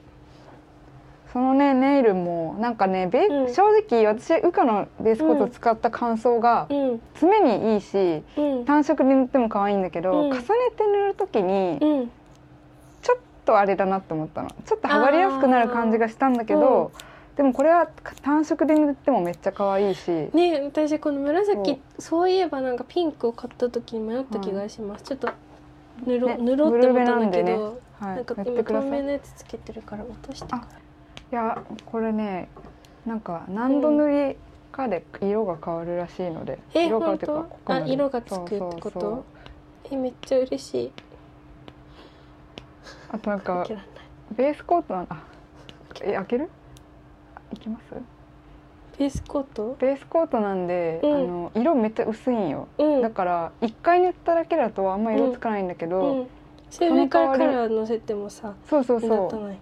そのねネイルもなんかねベ、
うん
正直私ウカのベースコート使った感想が
うん
爪にいいし、
うん
単色で塗っても可愛いんだけど、
うん
重ねて塗る時に
うん
ちょっとあれだなって思ったのちょっと剥がれやすくなる感じがしたんだけど、でもこれは単色で塗ってもめっちゃ可愛いし、
ね私この紫
そ
そうういえばなんかピンクを買った時に迷った気がします、ちょっと塗ろ,、
ね
塗ろうって思ったんだけ
ブルベなんでね
ど
はい、
なんか
塗って
今
くだ
透
さい
明
い
のやつつけてるから落として
あやこれねなんか何度塗りかで色が変わるらしいので、
え
色が変わるっていうか
本当
濃くなる
あ色がつくってこと
そうそうそう
えめっちゃ嬉しい
あとなん
開
か
けらんない
ベースコートのあえ開けるあいきます
ベースコート
ベースコートなんで、
うん
あの色めっちゃ薄いんよ、
うん
だから一回塗っただけだとあんま色つかないんだけど、
うんそれ上からカラー乗せてもさ
そうそう
目立た
そう
ない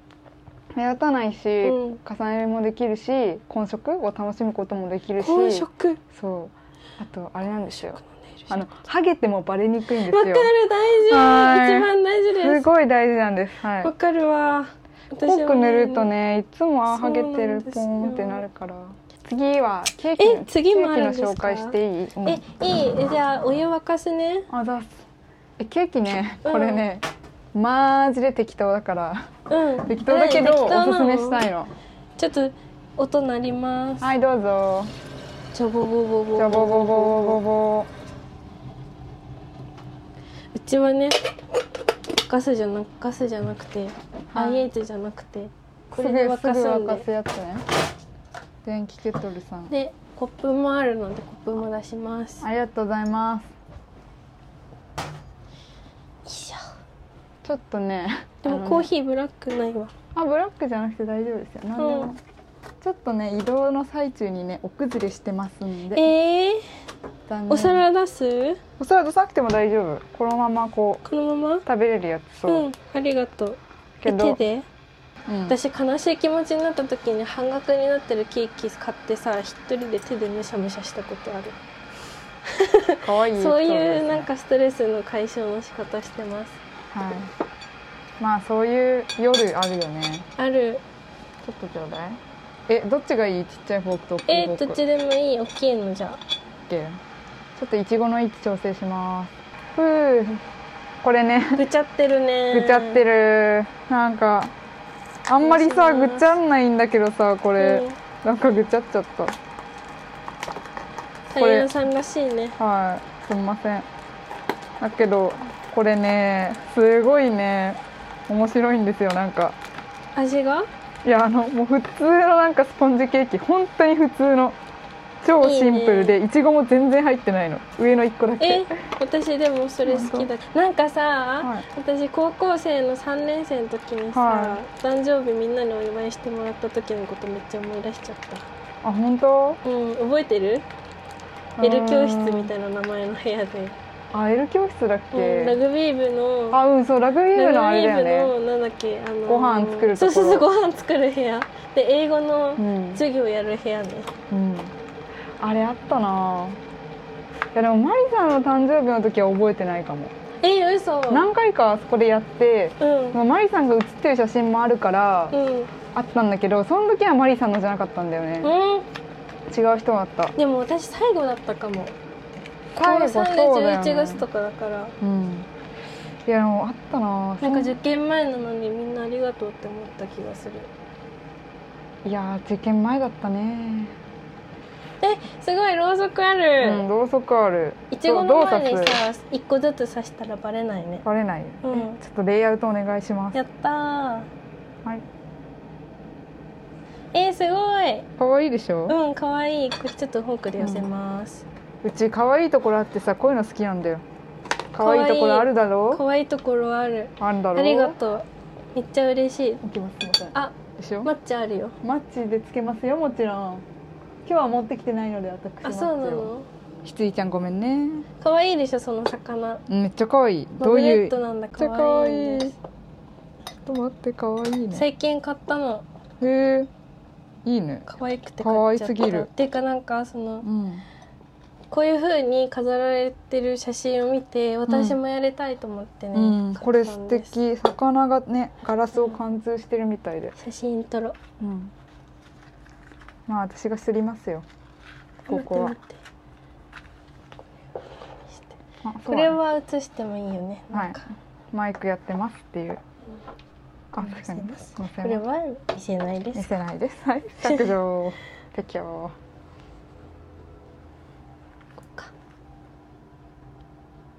目立たないし、
うん
重ねもできるし混色を楽しむこともできるし
混色
そうあとあれなんですよあ
わ
のハゲてもバレにくいんです
かる
よ
大
は
事
い
一番大事です
ごい大事なんですはい
すわかるわ私は
濃く塗るとねいつもあ
そ
ハ
うな
ゲ
ん
てる
ですよ
ポーンってなるから次はケーキの
え次もあるんです
ケーキ
か
の紹介していい、うん
えいいえじゃあお湯沸かすね
あざっすえケーキね
うん
これね、マジで適当だから
うん
適当だけど
はい適当な
お
の
すすめしたいの
ちょっと音鳴ります
はいどうぞ
じゃぼぼぼぼ
じゃあボボボボボボ
うちはねガスじゃなガスじゃなくて、
はい
IH じゃなくてこ
すぐ
れで
すぐ
沸かすん
沸
で
かすやつね電気ケトルさん
でコップもあるのでコップも出しますよ
ありがとうございます
いしょ
ちょっとね
で
あの
も
ね
コーヒーブラックないわ
あブラックじゃなくて大丈夫ですよ何でも、
うん
ちょっとね移動の最中にねお崩れしてますんで
えー、
残念
お皿出す
お皿出さなくても大丈夫このままこう
このまま
食べれるやつそう、
うんありがとう
け
え手
ど、
で
うん
私悲しい気持ちになった時に半額になってるケーキ買ってさ一人で手でむしゃむしゃしたことある
かわいい
そう
エピソード
い
で
う
すね
なんかストレスの解消の仕方してます
はいまあそういう夜あるよね
ある
ちょっとちょうだいえどっちがいいちっちゃいフォークと大きい
え
フォーク
どっちでもいい大きいのじゃあ
ちょっといちごの位置調整しますふうこれね
<laughs> ぐちゃってるね
ぐちゃってるなんかあんまりさ
失礼します
ぐちゃんないんだけどさこれ、
うん
なんかぐちゃっちゃった
タリアンさんらしいね
はいすみませんだけどこれねすごいね面白いんですよなんか
味が
いやあのもう普通のなんかスポンジケーキ本当に普通の超シンプルでいちごも全然入ってないの上の1個だけ
え私でもそれ好きだなんかさ、
はい
私高校生の3年生の時にさ、
は
誕生日みんなにお祝いしてもらった時のことめっちゃ思い出しちゃっ
あ本当
たうん覚えてる L 教室みたいな名前の部屋で、
あ L 教室だっ
うん、ラ
け、
グビー部の
あうんそうラグビー部のあれだ
ラグビ
よ
ー部のなんだっけあの
ご飯作るところ
そうそうそうご飯作る部屋で英語の
ね
授業やる部屋ね、
うん、うん、あれあったないやでもマリさんの誕生日の時は覚えてないかも
え嘘
何回かあそこでやって
うん
まあマリさんが写ってる写真もあるから
うん、
あったんだけどその時はマリさんのじゃなかったんだよね
うん、
違う人があった
でも私最後だったかも
最後
高三
そうだよね
で11月とかだから
うんいやでもあったな
なんか
そ
受験前なのにみんなありがとうって思った気がする
んいやー受験前だったね
すごいろうそくあ
うん
る
ろうそくある
いちごの
どう
前に
刺
さ一個ずつ刺したらバレないね
バレない
うん
ちょっとレイアウトお願いします
やったー
はい
えー、すごい
可愛いでしょ
うんかわいいこれちょっとフォークで寄せます、
うち可愛いところあってさこういうの好きなんだよ可愛いところあるだ
か
ろ
わいいところある
うあるだろ
ありがとうめっちゃ嬉しいう
いきますすいません
あ
でしょ
マッチあるよ
マッチでつけますよもちろん今日は持ってきてないので私
あそうなの
ひついちゃんごめんね
かわいいでしょその魚
うんめっちゃ可愛い
マ
ど
グ
う
ネッ
いうち
ト
ょっ
なんだ
ちゃ
か
可
わいい
愛
ん
い
です
と待って可愛いね
最近買ったの
へえいいね
可愛くて
可
買
愛
っちゃ
す
っ
ぎ
た
る
っていうかなんかその
うん
こういう風に飾られてる写真を見て私もやりたいと思ってね、
うん、
買
これ
った
素
んです
敵魚がねガラスを貫通してるみたいで、
写真撮ろう
うん、まあ私がすりますよここは
待って待ってこれして
あそ
こ
う
れ
だね
は写してもいいよねなんか、
マイクやってますっていうあ確かに
見
すいませ
これ
ん
は見せないで
見
す
せないですはい削除撤去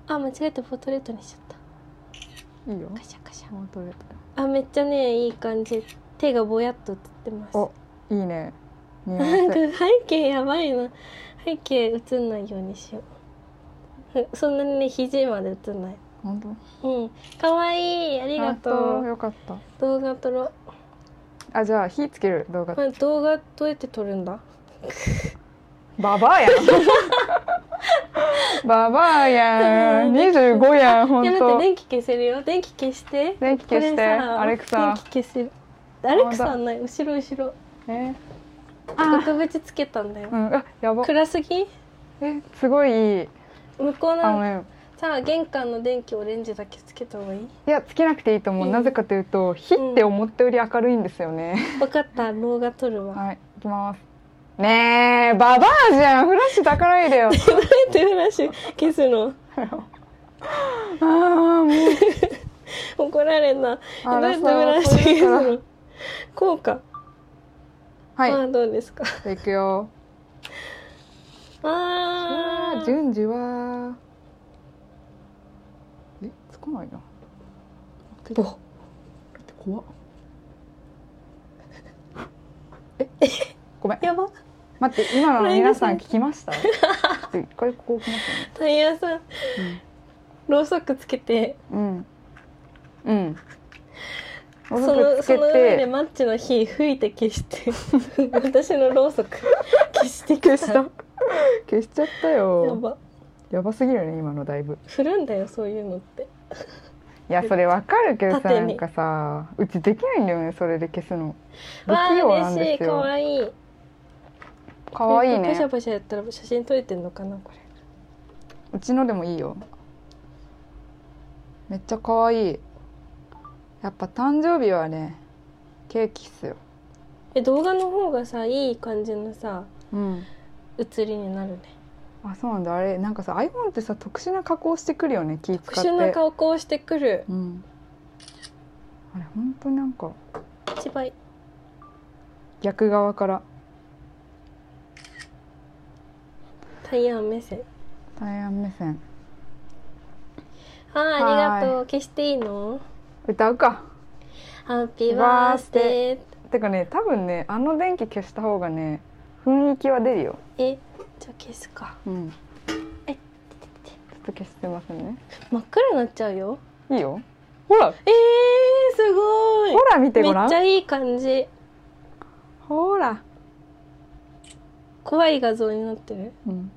あ間違えてポートレートにしちゃっ
いいよ
たカシャカシャ
もう取れ
あめっちゃねいい感じ手がぼやっと映ってます
おたいい
<laughs>
ね似合わ
なんか
せ
背景やばいな背景映んないようにしようふそんなにね肘まで映んない
本当
うんかわいいありがとう
よかった
動画撮ろう
あじゃあ火つける動画
これ動画どうやって撮るんだ
ババア
<laughs>
やんババ
<laughs>
アやん25やん
いや
本
だって
当
電気消せるよ電気消して
電気消し
こ
て
れさ
アレクサ
電気消せるアレクサはない後ろ後ろ
えあ
額縁つけたんだよ
うんあやば
暗すぎ
えすごいいい
向こう
あの
の
ね
さあ玄関の電気オレンジだけつけた方がいい
いやつけなくていいと思う、
うん
なぜかというと火って思ったより明るいんですよね、
分かった動画撮るわ
はい、いきます。ねえ、ババアじゃん、フラッシュ抱かないで <laughs>
ど
よ。
うやってフラッシュ消すの
ああ、もう、
怒られんなど
あ
うやって
らさ
ブラシ消すのこうか、
はい、
ま
じ
あどうですか
ゃあいくよ。
あ
あ
ー
あ、順次は。え、つかないな。
ぼ
怖っ。 <laughs> え、ごめん、
やば
待って、今の皆さん聞きました。ちょっと一回ここ来まし
タイヤさん
たね。
ろうそくつけて
うん。うん。
そ
ろうそ
の
くつ
そ
け
の上で
て。
マッチの火吹いて消して
<laughs>
私のろうそく消してき
消した。
や
消しちゃったよ。
ば
やばすぎるね今のだいぶ
振るんだよそういうのって
いやそれわかるけどさ
縦
な
に
んかさうちできないんだよねそれで消すの不
わ
器
あ
用なん
嬉
で
しい
す
か
よ
わいい
かわいい
パシャ
ね
パシャやったら写真撮れてんのかなこれ
うちのでもいいよめっちゃかわいいやっぱ誕生日はねケーキっすよ
え動画の方がさいい感じのさ
うん
写りになるね
あそうなんだあれなんかさ iPhone ってさ特殊な加工してくるよね気使って
特殊な顔こうしてくる
うんあれ本当になんか
一倍
逆側から
タイヤ目線
対案目線
あーありがとう消していいの
歌うか
ハッピーバースデー
てかね多分ねあの電気消した方がね雰囲気は出るよ
えじゃあ消すか
うんち
え
ょっと消してますね
真っ暗になっちゃうよ
いいよほら
えー、すごい
ほら見てご
め
ら
っちゃ
ん
いい感じ
ほら
怖い画像になってる
うん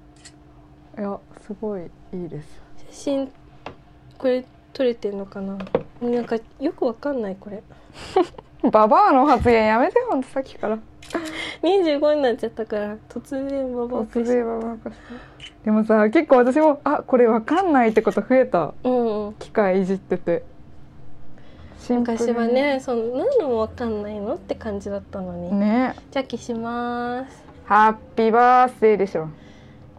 いやすごいいいです
写真これ撮れてんのかななんかよくわかんないこれ
ババアの発言やめてほんとさっきから
25になっちゃったから突然ババア化
突
し
然ババア化したでもさ結構私もあこれわかんないってこと増えた
うんうん
機械いじっててシンプルに
昔はねその何のもわかんないのって感じだったのに、
ね
じゃあ消します
ハッピーバースデーでしょ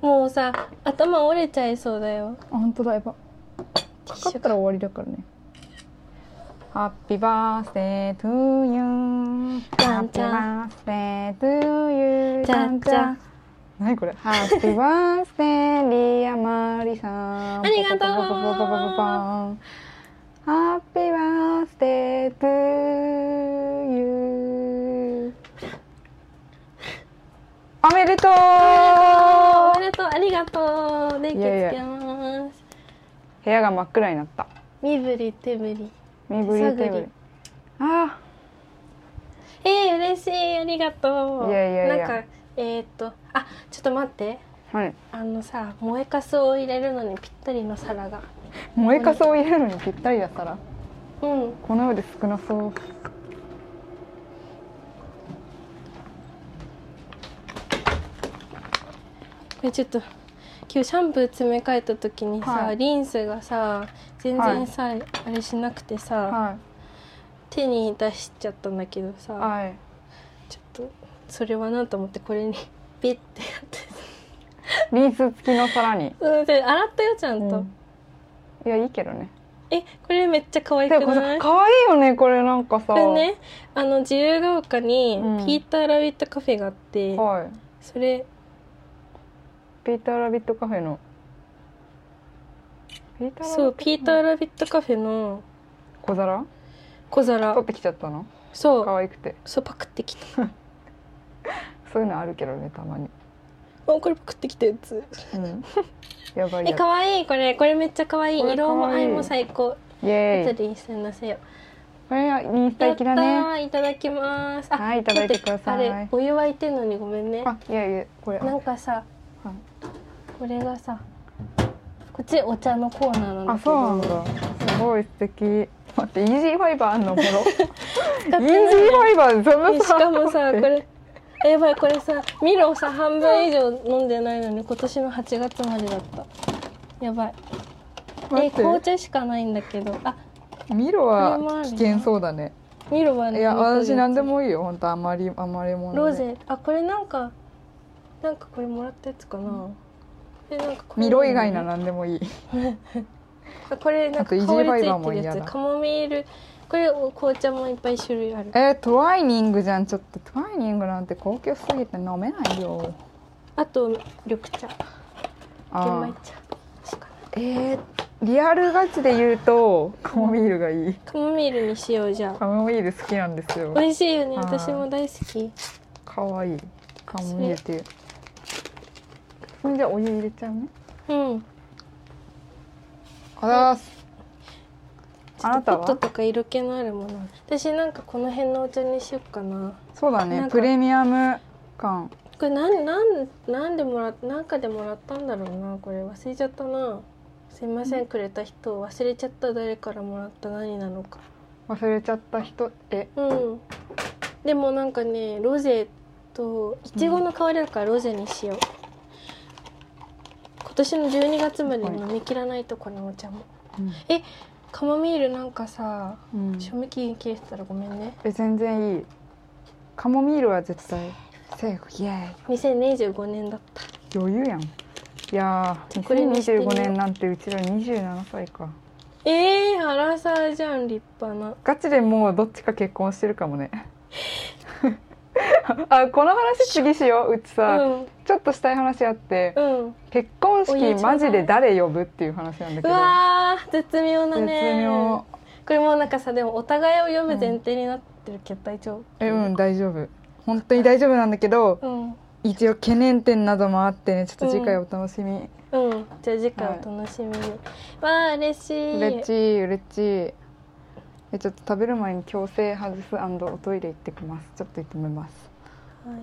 もうさ頭折れちゃいそうだよ
あ本当だやば
ティッ
か
シ
か
ュ
ったら終わりだからねハッピーバースデートゥーユー
じゃ
ハッ
ん
ピ
じ
ー
ゃ
バースデートゥーユー
じゃんじゃん
何これハッピーバースデーリアマリさん
ありがとう
パパパパパパパパンハッピーバースデートゥーユーおめでとう
おめでとうありがとう電気
いや
つ
い
け
や
ます
部屋が真っ暗になった
身振り手振り
身振り手振
探
り
り
あ
えー、嬉しいありがとう
いやいやいや
なんかえー、っとあちょっと待って
あはい
あのさ燃えかすを入れるのにぴったりの皿が
燃えかすを入れるのにぴったりだったら
うん
この世で少なそう
これちょっと今日シャンプー詰め替えた時にさ、
はい
リンスがさ全然さ、あれしなくてさ、
は
手に出しちゃったんだけどさ、
いはい
ちょっとそれはなと思ってこれにピッてやって
リンス付きの皿に、
うんで洗ったよちゃんと、
うんいやいいけどね
えこれめっちゃ可愛
で
く
もこ
な
れ
い
可愛いよねこれなんかさ
これねあの自由が丘に
うん
ピーター・ラビットカフェがあって、
はい
それ
ピーター・ラビットカフェのピーター・ラビットカフェ
そうピーター・ラビットカフェの
小皿
小
取
皿
ってきちゃったの
そう
可愛くて
そうパクってきた
そういうのあるけどねたまに、
あこれパクってきたやつ
うん、やばい
え
やつ
可愛いこれこれめっちゃ可愛い
これ可愛い
色も合いも最高
イエ
後
ーイ
でインスタに載せよ
これはインスタ
や
行
っ
き
た
だね
ーいただきます
はいいただいてください
待ってあれお湯沸いてんのにごめんね
あいやいやこれあ
なんかさ
はい
これがさこっちお茶のコーナーなんだ
あ
けど
そうなんだすごい素敵待ってイージーファイバーあ
<laughs>
んのこのイ
使
ー
って
ジ
ない
ーファイバーその
えしかもさ
待
こ
って
れあやばいこれさミロさ半分以上飲んでないのに今年の8月までだったやばい
待
え
って
紅茶しかないんだけどあ
ミロは
これもある
危
よ
険そうだね
ミロはね
いや私何で
も
もいいよ本当あまりあまりも
ロゼあこれなんかなんかこれもらったやつかな、えなんかこれ
ミロ以外なら何でもいい
あこれなん
あと
か
イジー
香り
ファイ
つ
バーも
いてるや
嫌だ
つカモミールこれお紅茶もいっぱい種類ある
えトワイニングじゃんちょっとトワイニングなんて高級すぎて飲めないよ
あと緑茶玄
あ
米茶しかない
ーえーリアルガチで言うとカモミールがいい
カモミールにしようじゃあ
カモミール好きなんですよ
美味しいよね
あー
私も大好き
かわいいカモミールっていうそれじゃあお湯入れちゃうね
うん
あざーすあなた
ちょっとポッ
は
トとか色気のあるもの私なんかこの辺のお茶にしよっかな
そうだ
な
ね
んか
プレミアム感
これなんなんなんでもらなんかでもらったんだろうなこれ忘れちゃったなすいませんくれた人忘れちゃった誰からもらった何なのか
忘れちゃった人え
うんでもなんかねロゼといちごの香りだからロゼにしよう、今年の12月まで飲み切らないとこのお茶もカモミールなんかさ
うん
賞味期限切れてたらごめんね
え全然いいカモミールは絶対セーフイエーイ
2025年だった
余裕やんいやー
これにしてみよ
2025
う
年なんてうちら27歳か
えー、アラサーじゃん立派な
ガチでもうどっちか結婚してるか <laughs> もねあこの話次しよううちさ、
うん
ちょっとしたい話あって
うん
結婚
お家
式
ちょうだい
マジで誰呼ぶっていう話なんだけ
う
ど
わー絶妙だ
絶
ね
妙
これもうなんかさでもお互いを読む前提になってるけど大丈夫
えうん大丈夫本当に大丈夫なんだけど
うん
一応懸念点などもあってねちょっと次回お楽しみ、
うんじゃあ次回お楽しみに、わあ嬉し
う
い
れっちいうれっちいえちょっと食べる前に矯正外すおトイレ行ってきますちょっと行ってみます
はい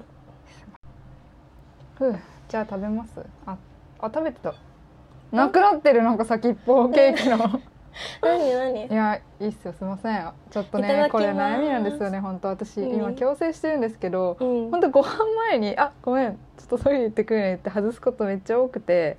ふうじゃあ食べますああ食べてたなくなってるなんか先っぽケーキの
何何
<laughs> いやいいっすよすいませんちょっと
いただきま
ね
す
これ悩みなんですよね本当私
うん
今矯正してるんですけど、
うん
本当ご飯前に「あごめんちょっとトイレ行ってくるね」って外すことめっちゃ多くて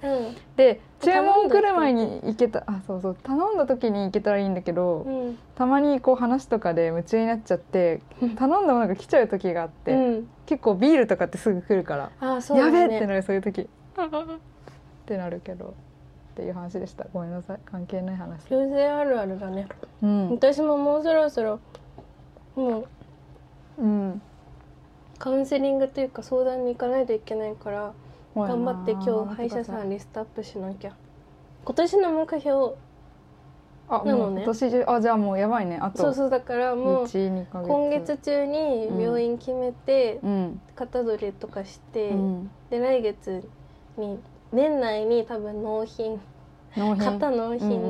で注文来る前に行けたあそうそう頼んだ時に行けたらいいんだけど、
うんうん
たまにこう話とかで夢中になっちゃって頼んだものが来ちゃう時があって、
うん
結構ビールとかってすぐ来るから、
あーそう
や
だ
べ
ね
えってなるそういう時ってなるけどっていう話でしたごめんなさい関係ない話
偶然あるあるだね
うん、
私ももうそろそろもう
うん、
カウンセリングというか相談に行かないといけないから
ほやな
頑張って今日歯医者さんリストアップしなきゃ今年の目標
あ
な
も
の
う
ね
今年中あじゃあもうやばいねあ
そう
と
そうだからもう
12ヶ月
今月中に病院決めて
うん、
型取りとかして、
うん、
で来月に年内に多分納品
納品
型納
うんうん
品
う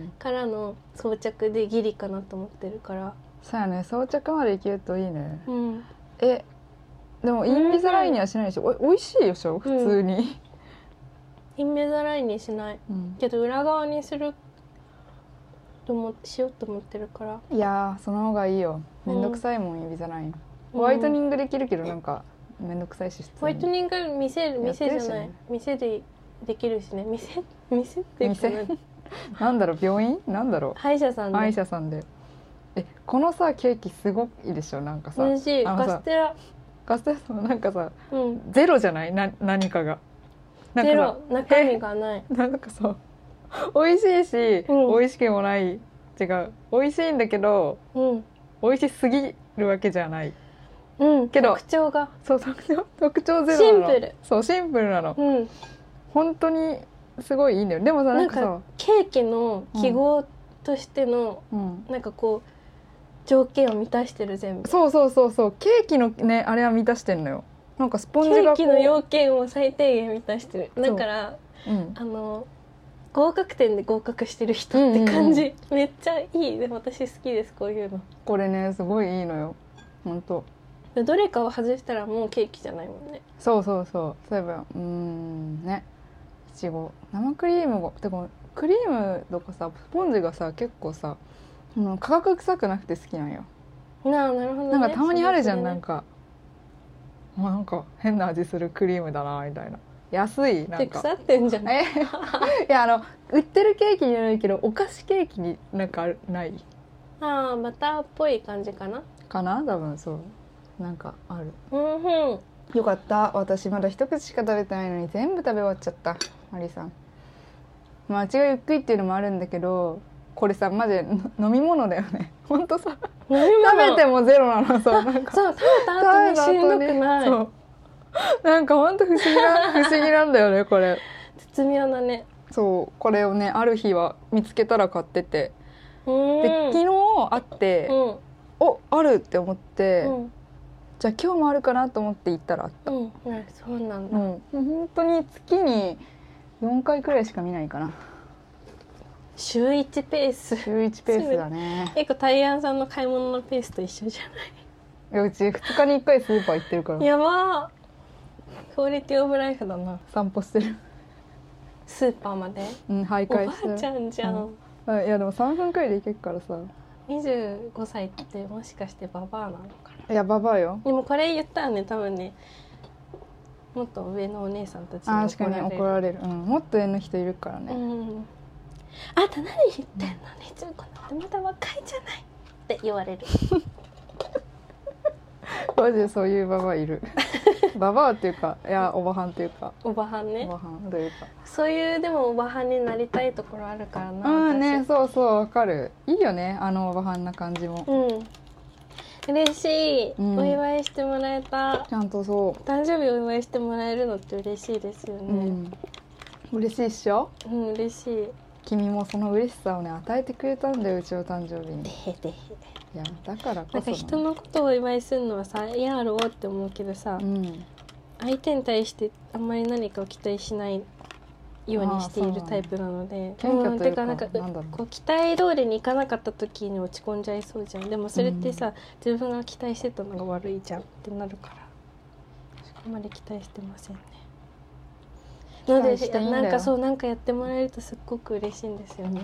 ん
からの装着でギリかなと思ってるから、
そうやね装着までいけるといいね
うん、
えでもインビザラインにはしないでしょお美味しいでしょ普通に、
インベザラインにしない
うん
けど裏側にするともしようと思ってるから
<laughs> いやーその方がいいよめんどくさいもん、インビザラインホワイトニングできるけどなんかめんどくさいし普通に
ホワイトニング店
やって
店
るしね
じゃない、店でできるしね店店っていうか
店
何
なんだろう病院なんだろ
歯医者さん
う
で
歯医者さんでえこのさケーキすごいでしょなんか
美
さ
味しい
あ
カ
のさ
ステラ
ガステさんなんかさ
うん
ゼロじゃないな何かがなんか
ゼ
さ
ロ中身がない
<laughs> なんかさ美味しいし、
うん
美味しくもない違う美味しいんだけど
うん
美味しすぎるわけじゃない
うん
けど
特徴が
そう特徴特徴ゼロなの
シンプル
そうシンプルなの
うん
本当にすごいいいんだよでもさなんかさ
なんケーキの記号としての、
うん、
なんかこう条件を満たしてる全部
そうそうそうそうケーキのねあれは満たしてんのよなんかスポ
ケ
ンジがこ
ー
う
キの要件を最低限満たしてる
う
だから
うん、
あの合格点で合格してる人って感じ、
うん
めっちゃいいでも私好きですこういうの
これねすごいいいのよ本当
でどれかを外したらもうケーキじゃないもんね
そうそうそうそういえばうーんねいちご生クリームがでもクリームとかさスポンジがさ結構さあの価格臭くなくて好きなんよ
なあなるほど、ね、
なんかたまにあるじゃ
そ
ん、
れ
なん
ね
か、もうなんか変な味するクリームだなみたいな安いなん
手
か
腐ってんじゃない
え <laughs> いやあの売ってるケーキじゃないけどお菓子ケーキになんかあるない
ああバターっぽい感じかな
かな多分そうなんかある
うんふん
よかった私まだ一口しか食べてないのに全部食べ終わっちゃったマリさんまあ味がゆっくりっていうのもあるんだけどこれさマジで飲み物だよね <laughs> ほんとさ
飲み物
食べてもゼロな
<laughs>
のそうなんか
そう食べた後にしんどくない
そうなんかほんと不思
<laughs>
議な不思議なんだよねこれ
絶妙だね
そうこれをねある日は見つけたら買ってて
う
で
ーん
昨日会って、
うん
おあるって思って、
うん
じゃあ今日もあるかなと思って行ったら
うんねそうなん
う
だ、
んもう本当に月に4回くらいしか見ないかな
週一ペース <laughs>
週1ペースだね
結構タイヤンさんの買い物のペースと一緒じゃない
いやうち2日に1回スーパー行ってるから
やばークオリティオブライフだな
散歩してる
スーパーまで
うん徘
おば
徊してる
あちゃんじゃん、
うんいやでも3分くらいで行けるからさ
25歳ってもしかしてババアなのかない
やばばよ
でもこれ言ったらね多分ねもっと上のお姉さんたち
あー
に
確か
怒
に
られ
怒
る
られる、うん、もっと上の人いるから
う
ね、
んあんた何言ってんのねちょこのまだ若いじゃないって言われる
マジでそういうババいる <laughs> ババアっていうかいやおばはんっていうか
おばはん
お
ね
ばはんというか
そういうでもおばはんになりたいところあるからな
う
私
んねそうそうわかるいいよねあのおばはんな感じも
うん嬉しい、
うん
お祝いしてもらえた
ちゃんとそ
誕生日お祝いしてもらえるのって嬉しいですよ
う、う
ね
ん、嬉しいっしょ
うん、嬉しい
君もその嬉しさをね与えてくれたんだようちの誕生日
で
にい
へでへ
やだから
な
こ
んか
そ
人
な
のことをお祝いするのはさ「やろう」って思うけどさ、
うん
相手に対してあんまり何かを期待しないようにしているタイプなので
そうなんだ謙虚というか
ん、てか
な
なんんか
だろう
こう期待通りにいかなかった時に落ち込んじゃいそうじゃんでもそれってさ、自分が期待してたのが悪いじゃんってなるからあんまり期待してませんねなの
期待していいん
で
だよ
なんかそうなんかやってもらえるとすっごく嬉しいんですよね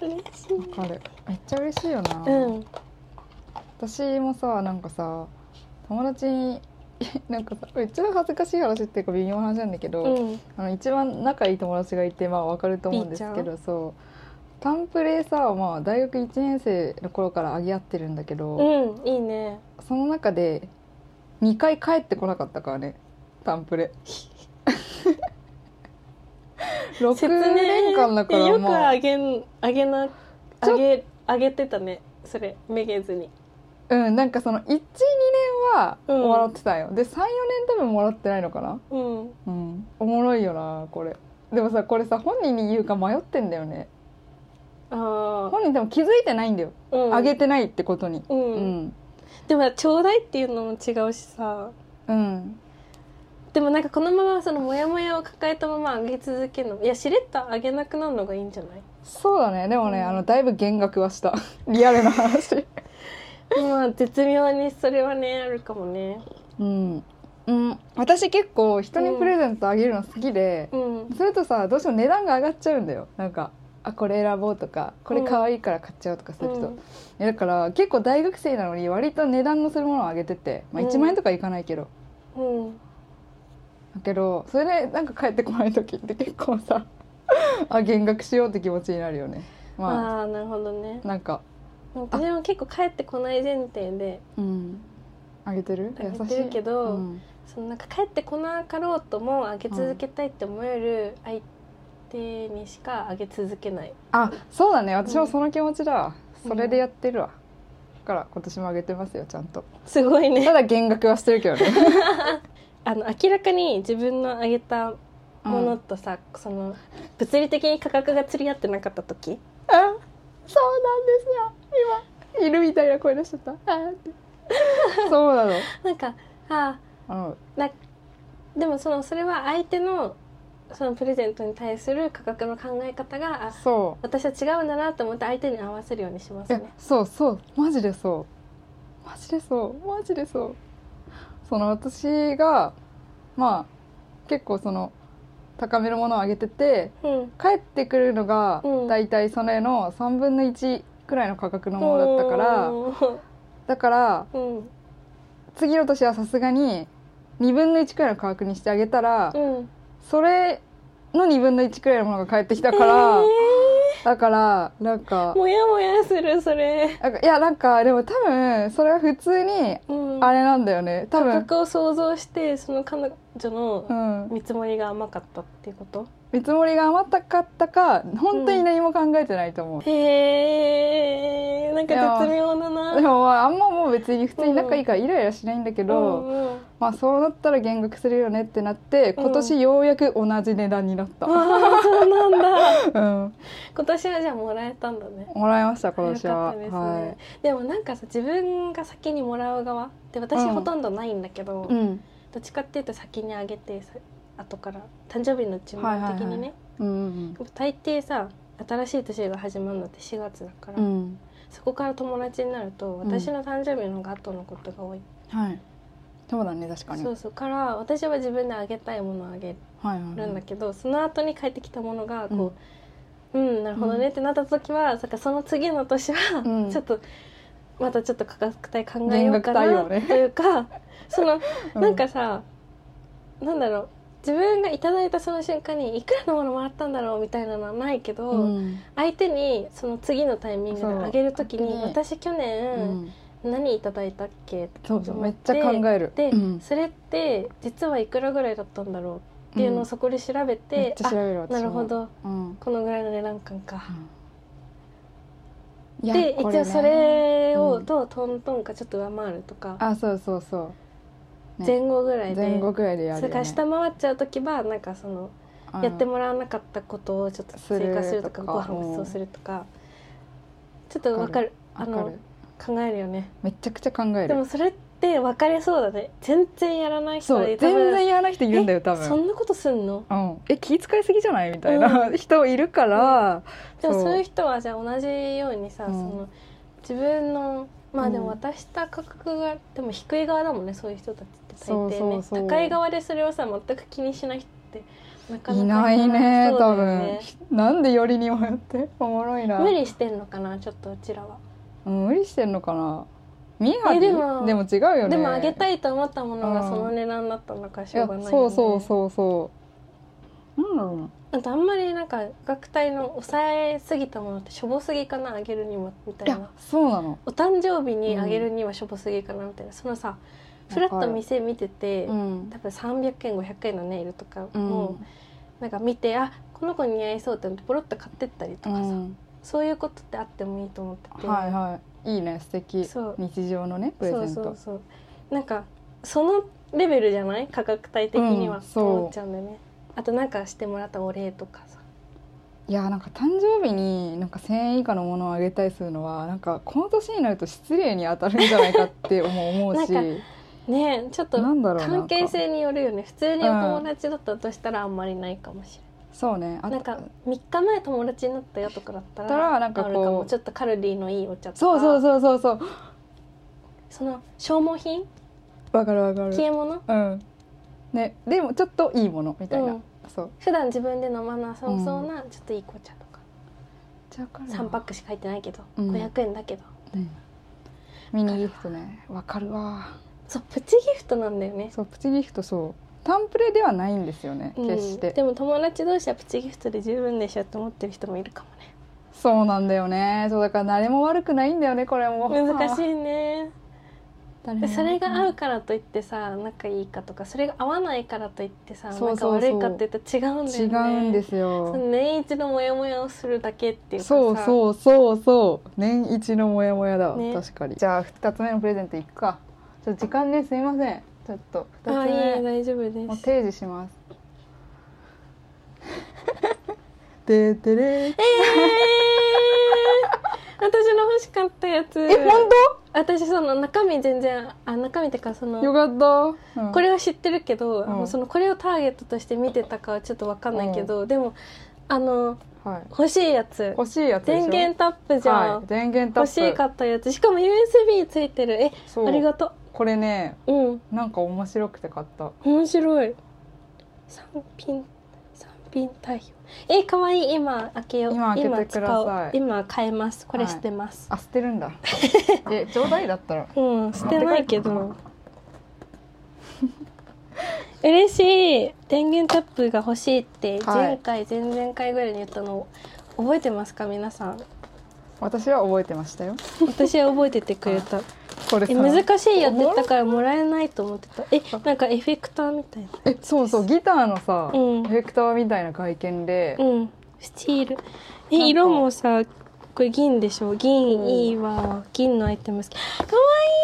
嬉し
わかるめっちゃ嬉しいよな、
いうん
私もさなんかさ友達に <laughs> なんかさめっちゃ恥ずかしい話っていうか微妙な話なんだけど、
うん
あの一番仲いい友達がいてまあわかると思うんですけ
ピーちゃ
どそうタンプレさ、まあ、大学1年生の頃から上げ合ってるんだけど、
うんいいね
その中で2回帰ってこなかったからねタン
<laughs>
プレ
説
6
明
年間だから
よく
まあ
あげんあげな
ちょ
あげあげてたねそれめげずに
うんなんかその12年は
うん
もらってたよ、で34年多分もらってないのかな
うん
うんおもろいよなこれでもさこれさ本人に言うか迷ってんだよね
ああ
本人でも気づいてないんだよ
うん
あ、げてないってことに
うん
うん
でもちょうだいっていうのも違うしさ
うん
でもなんかこのままそのモヤモヤを抱えたまま上げ続けるのいやしれっと上げなくなるのがいいんじゃない
そうだねでもね、
うん
あのだいぶ減額はした <laughs> リアルな話
まあ絶妙にそれはねあるかもね
うん、うん、私結構人にプレゼントあげるの好きで、
うん
それとさどうしても値段が上がっちゃうんだよなんかあこれ選ぼうとかこれ可愛いから買っちゃおうとかすると、
うん
えだから結構大学生なのに割と値段のするものをあげてて、まあ、
うん
1万円とかいかないけど、
うん
だけどそれでなんか帰ってこない時って結構さ <laughs> あ減額しようって気持ちになるよねまあ
ああーなるほどね
なんか
私も結構帰ってこない前提で
うんあげてる
あげてるけ
優しい
ど、
うん
そのなんか帰ってこなかろうとも上げ続けたいって思える相手にしか上げ続けない
あそうだね私もその気持ちだわ、それでやってるわだから今年もあげてますよちゃんと
すごいね
ただ減額はしてるけど <laughs> ね
あの明らかに自分の上げたものとさ、その物理的に価格が釣り合ってなかった時
あそうなんですよ今いるみたいな声出しちゃったあーって <laughs> そう <laughs> なの
なんかあ
あの
ーなでもそのそれは相手のそのプレゼントに対する価格の考え方があ
そ
私は違うんだなと思って相手に合わせるようにしま
う
す
え
ね
そうそうマジでそうマジでそうマジでそうその私がまあ結構その高めのものをあげてて
うん
帰ってくるのが
うん
大体それの3分の1くらいの価格のものだったから、だから
うんうん
次の年はさすがに2分の1くらいの価格にしてあげたら、
うん
それの2分の1くらいのものが返ってきたから、
え
だからなんか
ー、もやもやするそれ
なんかいやなんかでも多分それは普通に
うん
あれなんだよね多
価
分、
格を想像してその彼女
う
の
ん、
見積もりが甘かったっていうこと
見積もりが甘かったか本当に何も考えてないと思う、
へえなんか絶妙だな
でもまああんまもう別に普通に仲いいからイライラしないんだけ
け
ど、
うんうん
まあそうなったら減額するよねってなって
うん
今年ようやく同じ値段になった、
ああそうなん
<laughs>
だ
うん、
今年はじゃあもらえたんだね
もらいました今
よ
年
か
は
ったですね、
は
でもなんかさ自分が先にもらう側で私
うん
ほとんどないんだけど、
い、うん
どっちかっていうと先にあげてさ後から誕生日の順番的にね、
はいはいはうん
大抵さ新しい年が始まるのって4月だから、
うん
そこから友達になると
うん
私の誕生日の方が後のことが多い、
はいそうだね確かに
そうそうから私は自分であげたいものをあげ
はいはい
るん
は
だ
い
けど、その後に返ってきたものがこううん、なるほどねってなった時は、そっかその次の年は、
うん
ちょっとまたちょっと価格帯考えようかな
減額対応ね
というか <laughs> その
う
なんかさ、なんだろう自分がいただいたその瞬間にいくらのものもらったんだろうみたいなのはないけど、
うん
相手にその次のタイミングで
そう
あげる時に
本当に
私去
う
年
ん
何いただいたっけって
そうそうめっちゃ考える
で、
うん
それって実はいくらぐらいだったんだろうっていうのをそこで調べ
めってち、ゃ調べる
あ
私も
なるほど
うんうん
このぐらいの値段感か。
いや
で
こ
一
ね
応それを
うん
どうトントンかちょっと上回るとか、
あそうそうそうね
前後ぐらいで
前後くらいでやる
それ
よ
から
ね
下回っちゃう時はなんかそのやってもらわなかったことをちょっと追加するとか
するとか
ご飯ごちそうするとかちょっとわ
わ
か
か
る
あ
あ
のわか
の
る
考えるよね
めちゃくちゃ考え
で
る
もそれって分かれそうだね全然やらない人
そ
は
う全
多分
然やらない人いるんだよ多分
そんなことすんの
うん、え気遣いすぎじゃないみたいな、人いるから、
でも
そう
そういう人はじゃあ同じようにさ、
うん
その自分のまあでも
うん
渡した価格が、でも低い側だもんねそういう人たちって大抵ね
そうそうそう
高い側でそれをさ全く気にしない人ってなかなか
いないね
そうだ
多
よ
分、
ね
なんでよりにもやって <laughs> おもろいな
無理してんのかなちょっとうちらは、
うん無理してんのかな見え張り
えでも
でも違うよね
でもあげ
い
たいと思ったもの
う
が
ん
その値段だったのかしょ
や
うがないよね
そうそうそうそうなんだろうな
あとあんまりなんか学隊の抑えすぎたものってしょぼすぎかなあげるにもみたい
いや
な
そうなの
お誕生日にあげるにはしょぼすぎかなみたいなそのさフラッと店見てて、
うん
多分300円500円のネイルとか
う
も、
ん
なんか見てあこの子に似合いそうって思ってポロッと買ってったりと
う
かさ、
ん
そういうことってあってもいいと思ってて、
はいはいいいね素敵
そう
日常のねプレゼン
そ
ト
うそうそうなんかそのレベルじゃない価格帯的には、
うん
と
そう
思っちゃうんだよねあとなんかしてもらったお礼とかさ
いやなんか誕生日になんか1,000円以下のものをあげたりするのはなんかこの年になると失礼に当たるんじゃないかって思う思うし
なんねえちょっと
なんだろうなん
関
か
係性によるよね普通にお友達だったとしたらあんまりないかもし
そうね
れ
あ
ない、なんか3日前友達になったよとかだったら
だったらなんかこう
あるもちょっとカルディのいいお茶とか
そうそうそうそうそう
その消耗品
わかるわかる
消え物
うんねでもちょっといいものみたいな、
うん
そう
普段自分で飲まなさそうなちょっといい紅茶とか、
じゃあ
3パックしか入ってないけど、
うん
500円だけど
うんミニギフトねわかるわ
そうプチギフトなんだよね
そうプチギフトそう単プレではないんですよね、
うん
決して
でも友達同士はプチギフトで十分でしょって思ってる人もいるかもね
そうなんだよねそうだから誰も悪くないんだよねこれも
難し
<laughs> い
いねそれが合うからといってさ仲いいかとかそれが合わないからといってさ
そうそうそう
仲悪いかって言ったら違うんだ
違
よね
うんです
そ
よ
の年一のモヤモヤをするだけっていうかさ
そう
う
そうそうそう年一のモヤモヤだわ、
ね
確かにじゃあ2つ目のプレゼントいくかちょっと時間ねすいませんちょっと
あい
2
い
つ
え
目
大丈夫で
もう
す
提示します <laughs> ででれ
え
ー
ー、 <laughs> 私の欲しかったやつ
え本
私その中身全然あ中身ってかそ
当
の
よかった、うん
これは知ってるけど、
ん
あのそのこれをターゲットとして見てたかはちょっとわかんないけど、でもあの
はい
欲しいやつ
欲しいやつでし
電
ょ
源タップじゃん、
はい、電源タッ
欲
プ
しいかったやつしかも USB ついてるえ
そう
ありがと
これね
ううん
なんか面白くて買った
面白い三品三品対応え可愛い今開けよう
今開けてくださ
今
い
使おう今買えますこれ捨てます、
あ捨て
<laughs>
るんだえちょうだいだったら
うん捨てないけど <laughs> 嬉しい電源タップが欲しいって
はい
前回、前々回ぐらいに言ったのを覚えてますか皆さん
私は覚えてましたよ
私は覚えててくれ
<laughs>
た
これさ
え難しいよって言ったからもらえないと思ってたえなんかエフェクターみたいな
えそうそうギターのさ、
うん
エフェクターみたいな外見で、
うんスチール
なんか
え色もさこれ銀でしょ銀
うん
いいわ銀のアイテム好きか
可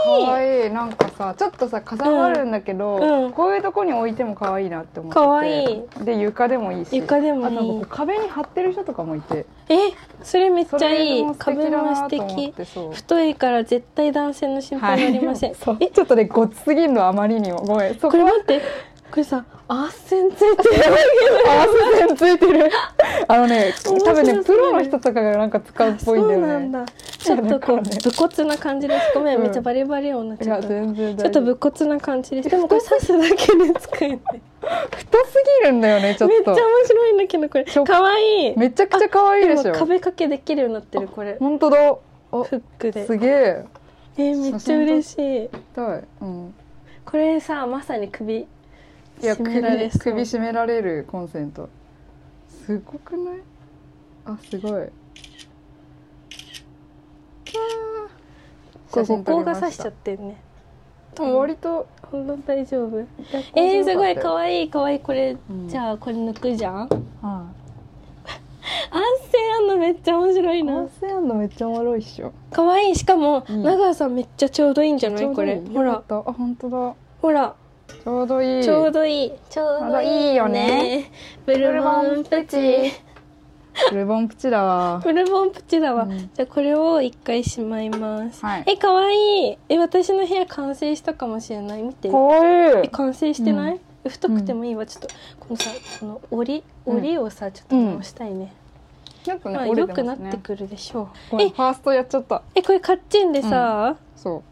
愛か
わいい
わいいなんかさちょっとさかさばるんだけど、
うんうん
こういうとこに置いても可愛いなって思ってて
可愛
で床でもいいし
床で
あとなんかこ
もいうい
壁に貼ってる人とかもいて
えそれめっ
そ
ちゃい
れ
い
も素
壁
敵だ
も
な
素
と思っ
敵
てそう
太いから絶対男性の心配はありません、
<laughs> そう
え
ちょっとねごつすぎるのあまりにもごめん
<laughs>
そ
これ待ってこれさアーセンついてる
合わせ線ついて
<laughs>
るあのね
面白
多分
すぎ
ね
る
プロの人とかがなんか使うっぽいんだ
そうな
よ
ん
ね
だちょっとこ
だから
う
ね
武骨な感じですごめん、
うん
めっちゃバリバリ音になっ
い
ちゃ
や
った
全然
ちょっ
大丈
と
夫
武骨な感じです。でもこれ刺すだけで使えて。
太すぎるんだよねちょっ
めっちゃ
と
面白いんだけどこれ。
ちょ
かわいい。
めちゃくちゃ可愛いでし
でも
ょ
壁掛けできるようになってるこれ。
本当だお。
フックです
げえ
えーめっちゃ嬉しい。
痛い、うん、
これさまさに首
いや
絞められ
首
そう。
首絞められるコンセントすごくないあすごいわー
こう
写
こ
真撮
こ
り
が
ました
刺しちゃってるね。
多分割と
ほんと大丈夫。え
え
ーすごい可
わ
愛い可愛いこれ
うん
じゃあこれ抜くじゃん。アンセ
いい
ンあ
は
んのめっちゃ面白い
いナ
な
ー。スやんのめっちゃおもろいっしょ
可愛いしかも
うん
長さんめっちゃちょうどいいんじゃな
ちょ
いうこ
どいい
れ。ほ
よ
ら
かったあ本当だ
ほら。
ちょうどいい
ちょうどいい。ちょうどいいよね。ブルボンプチ。
ブルボンプチだわ
ブルボンプチだわ。
うん
じゃあこれを一回しまいます。
はい
え、かわいい。え、私の部屋完成したかもしれない。見て。
わい
え完成してない、太くてもいいわ。ちょっと、このさ、この折り、折りをさ、ちょっと直したいね。
なんかね
まあ、
折れ
良
て
くな
ま
っ
すね
てくるでしょう。
ごめん
え
ファーストやっちゃった
え、これカッチンでさ、
そ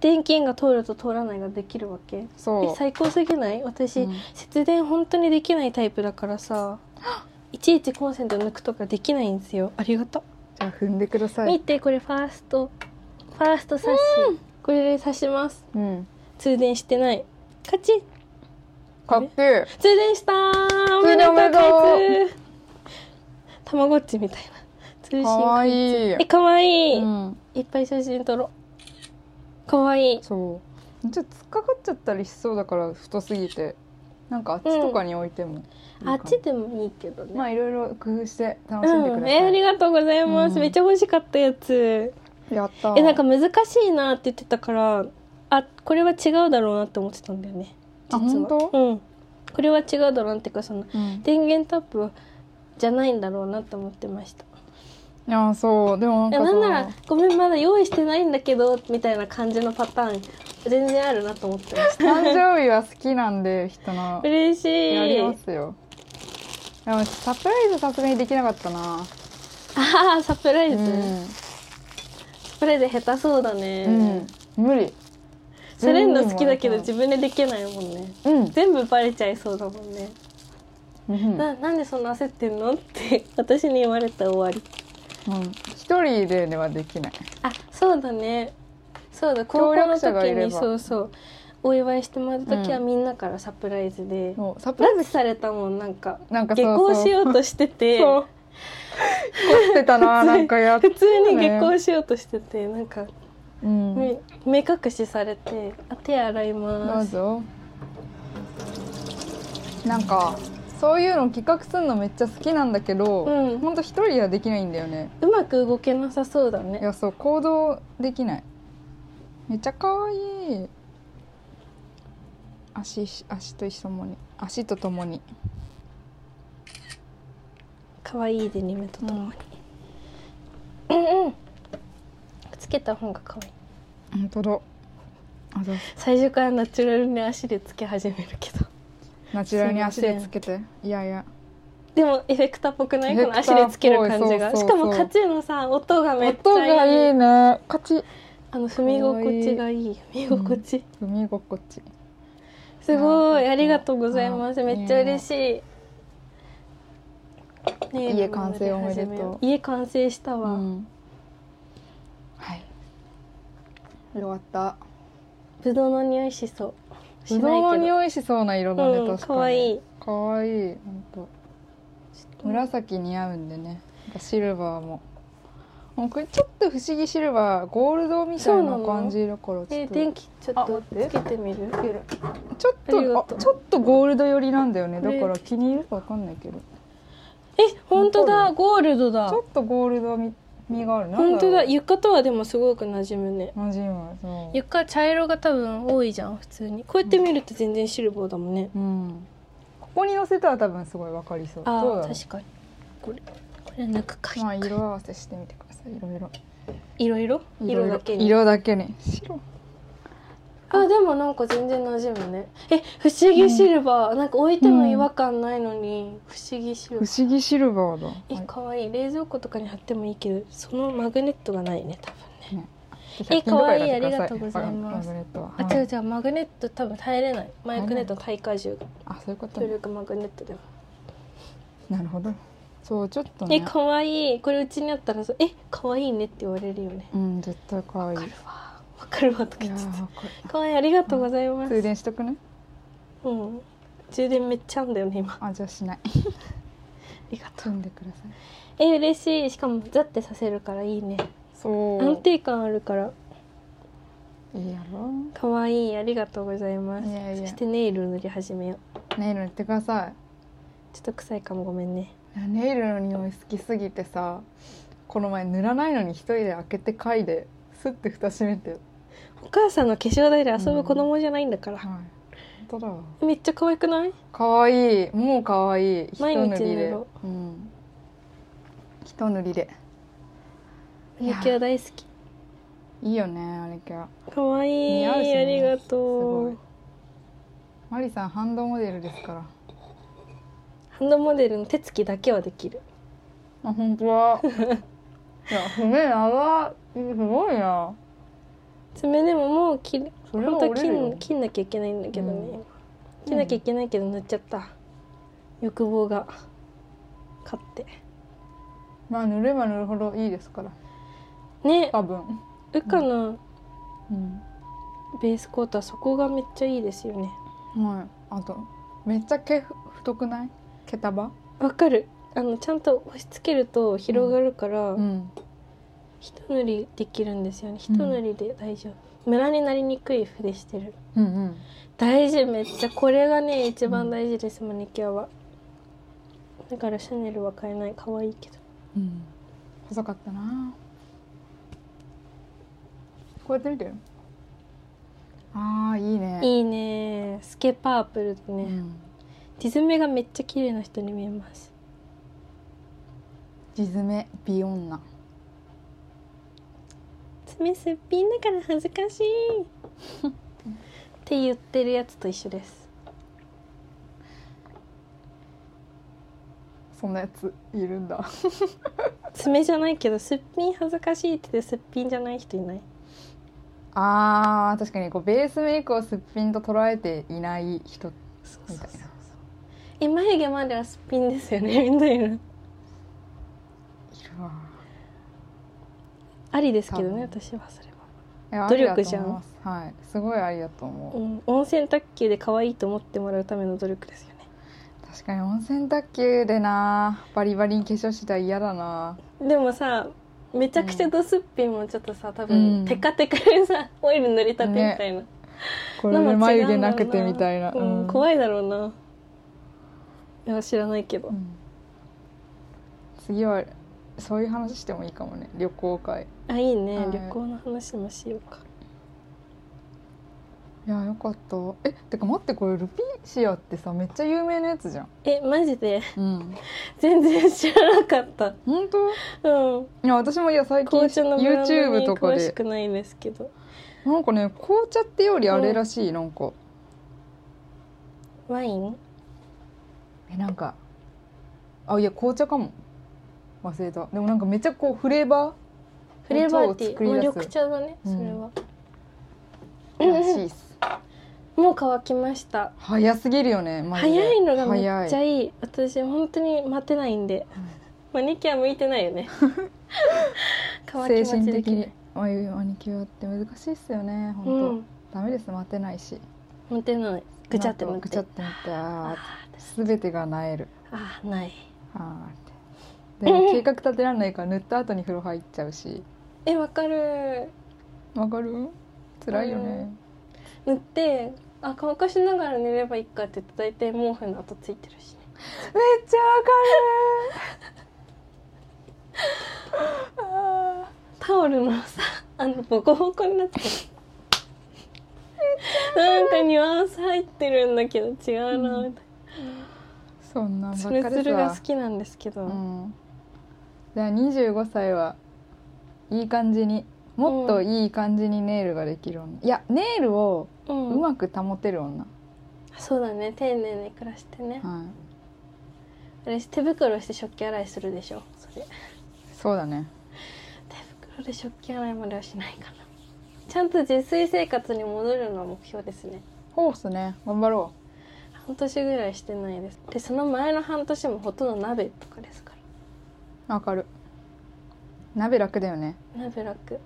電気が通ると通らないができるわけえ
そう
最高すぎない私、
うん
節電本当にできないタイプだからさいちいちコンセント抜くとかできないんですよありがと
じゃあ踏んでくだ
う、
さい
見てこれファーストファーストサッシこれで刺します
うん
通電してないカチッ
かっけえ
通電したーお
通
めで
電
と
お
う
めでとう
開通たまごっちみたいな通信開通
かわいい
えかわいい、
うん
いっぱい写真撮ろうかわいい
そうちょっと突っかかっちゃったりしそうだから太すぎてなんかあっちとかに置いてもいいかな
あっちでもいいけどね、
まあいろいろ工夫して楽しんでく
うん、
ださい、
えありがとうございます、
うん
めっちゃ欲しかったやつ
やったー
えなんか難しいなって言ってたからあこれは違うだろうなって思ってたんだよね
あ
実は
本
うんこれは違うだろうなっていうかその
うん
電源タップじゃないんだろうなって思ってました
いやそうでも
い
な
や
ん
な
かさ
んならごめんまだ用意してないんだけどみたいな感じのパターン全然あるなと思ってました
誕生日は好きなんで人の
嬉しい
やりますよでもサプライズさすがにできなかったな
ああサプライ
う
ズ、
ん、
サプライズ下手そうだね、
うん、無理
されるの好きだけど
自
自分でできないもんね
分
全部バレちゃいそうだもんね、
うん、
ななんでそんな焦ってんのって私に言われた終わり
うん、一人でではできない
あそうだねそうだ高校の
協力者が
時
いれ
に
ば
そうそうお祝いしてもらった時は
うん
みんなからサプライズで、
もうサプライ
拉致されたもんなんか
ズなんか
下校しようとしてて
<laughs> そう凝ってたななんかやって
普
るね
通に下校しようとしててなんか
うん
目目隠しされて「あ手洗い
ど
ま
う
す
ぞなんかそういうの企画するのめっちゃ好きなんだけど、
うん
ほんと一人ではできないんだよね」
うまく動けなさそうだ
い
ね
やそう行動できないめっちゃ可愛い足し足と一緒もに足とともに
可愛いデニムとともに、つけた方が可愛い
本当だあそう
最初からナチュラルに足でつけ始めるけど
ナチュラルに足でつけていやいや
でもエフェクターっぽくない
エフ
この
ェク
足
ターっぽい
でつける感じが
そうそうそう
しかもカチューのさ音がめっち
音
ゃ
が
いい
いいねカチッ
あの踏み心地がいい踏み心地、
踏み心地
すごいありがとうございます
あ
めっちゃ嬉しい、ね
家完成おめでとう
家完成したわ、
うんはいよかった
ぶどうの匂いしそう
ぶどうの
い
匂いしそうな色だね、
うん
確かに
かわいい
かわいいほんと紫似合うんでねなんかシルバーももうこれちょっと不思議シルバーゴールドみたいな感じだからち
え
ょ
ー
っと、
電気ちょっ
あ
と
待って
つけてみる
ちょっ
ありが
と
と
あ
う
ちょっとゴールド寄りなんだよね
こ
だ
れ
から気に入るかわかんないけど
え本当だゴールドだ
ちょっとゴールドみ味があるな
本当だ
馴
床とはでもすごく馴染むね
染むそう
床茶色が多分多いじゃん普通にこうやって見ると全然シルバーだもんね、
うんここに乗せたら多分すごいわかりそう
あ
どうだ
あ
ろう
確かにこれこれ抜くか一
まあ
回
色合わせしてみてくださいいろいろ
いろいろ色だけに
色だけに白
あでもなんか全然馴染むねえ不思議シルバー、なんか置いても違和感ないのに不思議シルバー、
不思議シルバーだ
えかわいい冷蔵庫とかに貼ってもいいけどそのマグネットがないね多分ねえ可愛いありがとうございます
マグネットは
あ
は
違う
い
違うマグネット多分耐えれないマグネット耐荷重が
あそういうこと
強
ね
力マグネットでも、
なるほどそうちょっと
え
ね
可愛いこれうちにあったらさえ可愛いねって言われるよね
うん絶対可愛い
わかるわわかるわとか
い
言
や
っちゃった
ーこれ
可愛いありがとうございます
通電しとくね
うん充電めっちゃあんだよね今あ
あじゃあしない
りがと
飛
うん
でください
え嬉しいしかもザってさせるからいいね
そう
安定感あるから
いいやろ
可愛いありがとうございます
いやい
そ
や
してネイル塗り始めよう
ネイル塗ってください
ちょっと臭いかもごめんね
いやネイルの匂い好きすぎてさこの前塗らないのに一人で開けて嗅いでスッて蓋閉めて
お母さんの化粧台で遊ぶ子供じゃないんだから、
はい本当だわ
めっちゃ可愛くない
可愛いもう可愛い一
毎
塗
日
り
塗
で
ろ
うん一塗りでい
ユ
や
キは大好き
いいよねあれきゃ
可愛い
似合うしね
ありが
す
と
ごいうマリさんハンドモデルですから
ハンドモデルの手つきだけはできる
あ <laughs> 本当だいやすごい長いすごいな
爪でももう切る
それ
本
は
当は
折れ
切
るよ
ん切んなきゃいけないんだけどね、
うん
切んなきゃいけないけど塗っちゃった欲望が勝って
まあ塗れば塗るほどいいですから
ね
多分
うかの
うん
ベースコートはそこがめっちゃいいですよね
はいあとめっちゃ毛ふ太くない毛束
わかるあのちゃんと押し付けると広がるから、
うん
一塗りできるんですよね一塗りで大丈夫、ムラになりにくい筆してる
うんうん
大事めっちゃこれがね一番大事です、マニキュアはだからシャネルは買えない可愛いけど
うん細かったなこうやって見てるあーいいね
いいねスケパープルとね、
うん
地爪がめっちゃ綺麗な人に見えます
地爪美女
爪すっぴんだから恥ずかしいって言ってるやつと一緒です
そんなやついるんだ
爪じゃないけどすっぴん恥ずかしいって言ってすっぴんじゃない人いない
あー確かにこうベースメイクをすっぴんと捉えていない人みたいな
え眉毛まではすっぴんですよね <laughs> みたいない
るわ
ありですけどね
多分
私はそれは、
いや
努力じゃん
ありだと思いますはいすごいありだと思う、
うん、温泉卓球で可愛いと思ってもらうための努力ですよね
確かに温泉卓球でなバリバリに化粧したら嫌だな
でもさめちゃくちゃドすっぴんもちょっとさ多
う
分
ん
テカテカでさオイル塗りたてみたいな、
これ
な
で
んか違うんだろう
眉毛なくてみたいな、
うん
うん
怖いだろうないや知らないけど、
うん次はそういう話してもいいかもね旅行会
あいいね、
はい
旅行の話もしようか
いやよかったえてか待ってこれルピシアってさめっちゃ有名なやつじゃん
えマジで <laughs>
うん
全然知らなかった
本当
うん
いや私もいや最近
紅茶のブランド
YouTube
に
とか
詳し
で
くないですけど
なんかね紅茶ってよりあれらしい、なんか
ワイン
えなんかあいや紅茶かも忘れたでもなんかめっちゃこうフレーバ
フレーバーティ
紅茶を作
ー、
り
まあ、緑茶
出す
だね
う
そ
ん
れは、
ーらしいっす、
<laughs> もう乾きました
早すぎるよねマジで
早いのがめっちゃ
早い
いい私本当に待てないんで、マニキュア向いてないよ
<laughs>
ね乾き
精
待ち
神
で
的
きな
に
い
眉マニキュアって難しいっすよね本当、
うん
ダメです待てないし
持てないぐちゃって
な
持っ
んかぐ
て
ちゃってなってあ
あ
ーすべてがなえる
あーない
あー
<laughs>
ってでも計画立てられないから塗った後に風呂入っちゃうし
えわかる
わかる辛いよね
塗ってあ乾かしながら寝ればいいかって言って大体毛布の跡ついてるしね
めっちゃわかるあ
タオルのさあのボコボコになってるなんかニュアンス入ってるんだけど違うなみたい
ーそんな
な
んば
ツ
っ
ル
か
ツ
り
ルが
さ
好きなんですけど、
うんじゃあ25歳はいい感じにもっといい感じにネイルができる女、いやネイルを
うん
うまく保てる女、
そうだね丁寧に暮らしてね
はい
私手袋して食器洗いするでしょそれ
そうだね
手袋で食器洗いまではしないかなちゃんと自炊生活に戻るのは目標ですね
ホースね頑張ろ
半年ぐらいしてないですでその前の半年もほとんど鍋とかですか
うわかる鍋楽だよね
ら鍋楽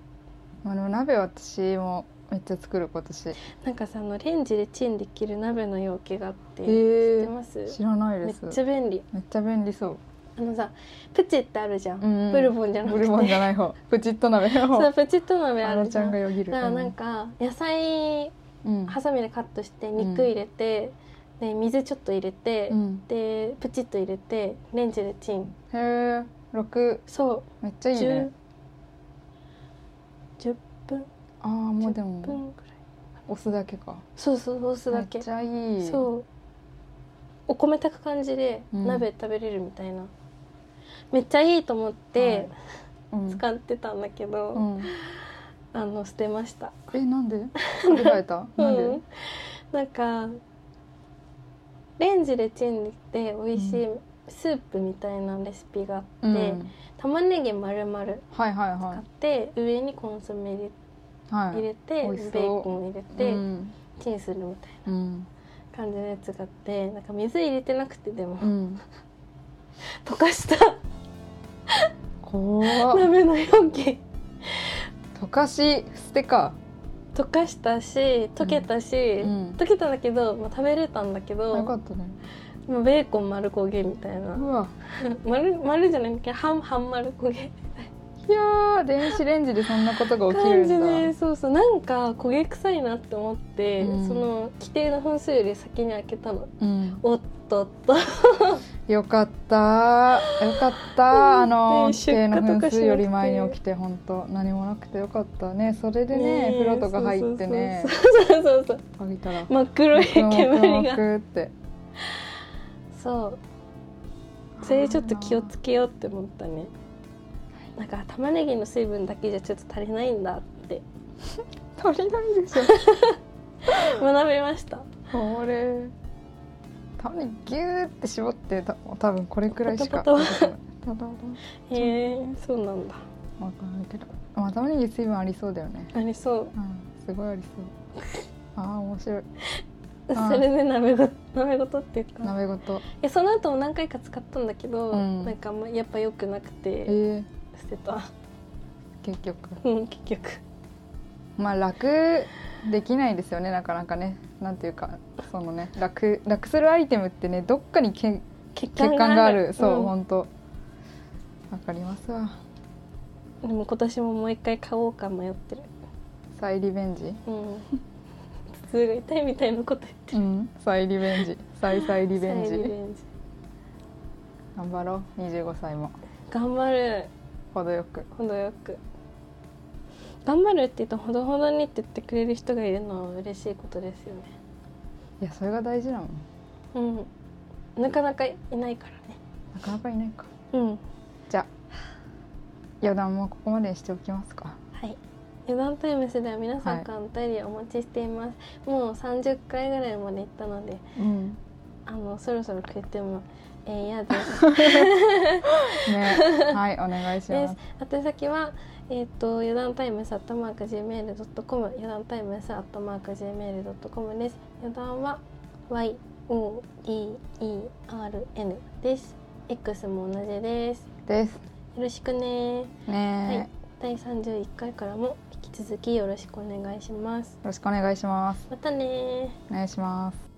まあでも鍋私もめっちゃ作る今年
なんかさあのレンジでチンできる鍋の容器があって、
ー
知ってます
知らない
め
で
っ
す
ちゃ便利
めっちゃ便利そう
あのさプチってあるじゃん、
うんうん
ブルボンじゃなく
ブ
て
ルボンじゃない方プチッと鍋の
そ
方
うプチッと鍋あ
あ
る
の
じ
ち
ゃ
ゃ
ん
んが
だか
よぎる
らなんか野菜
うん
ハサミでカットして肉入れて、で水ちょっと入れて、
うん
でプチッと入れてレンジでチン
へえ六
そ
めっちゃ
う
いいね
10 10分
ああもうで
10
も
分ぐらい
押すだけか
そうそう押すだけ
めっちゃいい
そうお米炊く感じで
うん
鍋食べれるみたいな、めっちゃいいと思って
う、うん
使ってたんだけど、
うん、
あの捨てました
えなん
<laughs>
で取り替えたなんで、
うん、なんかレンジでチンで美味しいスープみたいなレシピがあって、
うん
玉ねぎ丸々
はいは
買
い
っ
は
て上にコンソメ入れ
は
入れて、
美
ベ
味しそう
ーコン入れて、
うん
チンするみたい
うん
な感じのやつがあってなんか水入れてなくてでも、
うん
溶かした
怖
<laughs>
っ
鍋の容器
溶かし捨てか
溶かしたし溶けたし、
うん
溶けたんだけど、まあ、食べれたんだけ
よ
ど
かったね
まあベーコン丸焦げみたいうな
わ
丸丸じゃないんだけど半半丸焦げ
いやー電子レンジでそんなことが起きる
感
ん
じ
だ
でそうそうなんか焦げ臭いなって思って、
うん
その規定の分数より先に開けたの
うん
おっとっと
よかったよかったあの
ね
規定の
出荷と
分
かしなく
数
て
より前に起きて本当何もなくてよかったねそれでね
ねえ
風呂とか入ってね
そうそうそう
あげたら
真っ黒い煙が
がって
そうそれでちょっと気をつけようって思ったねなんか玉ねぎの水分だけじゃちょっと足りないんだって
足りないでしょ
学びました
これ多分ギューって絞ってた多分これくらいしか
パタパ
ただただ
へえそうなんだ
わかんないけどまあ玉ねぎ水分ありそうだよね
ありそう
うんすごいありそうあー面白いあ
それで鍋ごと <laughs> 鍋ごとっていうかい
鍋ごと
やその後も何回か使ったんだけど、
うん
なんかあんまやっぱ良くなくて、
えー、
捨てた <laughs>
結局
うん結局
まあ楽できないですよねなかなかねなんていうかそのね楽楽するアイテムってねどっかにけ
血
欠陥があるそう、
ん
ほんとわかりますわ
でも今年ももう一回買おうか迷ってる
再リベンジ
うん
<laughs>
頭痛が痛いみたいなこと
うん再リベンジ再再リ
言って
ベン
再リ
ジ
ベンジ
頑張ろう25歳も
頑張る
程よく
程よく頑張るって言うとほどほどにって言ってくれる人がいるのは嬉しいことですよね
いやそれが大事なもん
うんなかなかいないからね
なかなかいないか
うん
じゃあ余談もここまでにしておきますか
はい。余談タイムスでは皆さんからのお便りをお待ちしています。もう30回ぐらいまで行ったので、
うん
あのそろそろくれてもええ <laughs> やです。
ねはいお願いし
で
ます
す。宛先はえっ、と余談タイムスアットマーク gmail ドットコム、余談タイムスアットマーク gmail ドットコムです。余談は y o d e r n です。X も同じです。
です
よろしくね。
ね、
は
よ
い。第31回からも引き続きよろしくお願いします。
ろしくお願いします
またね
お願いします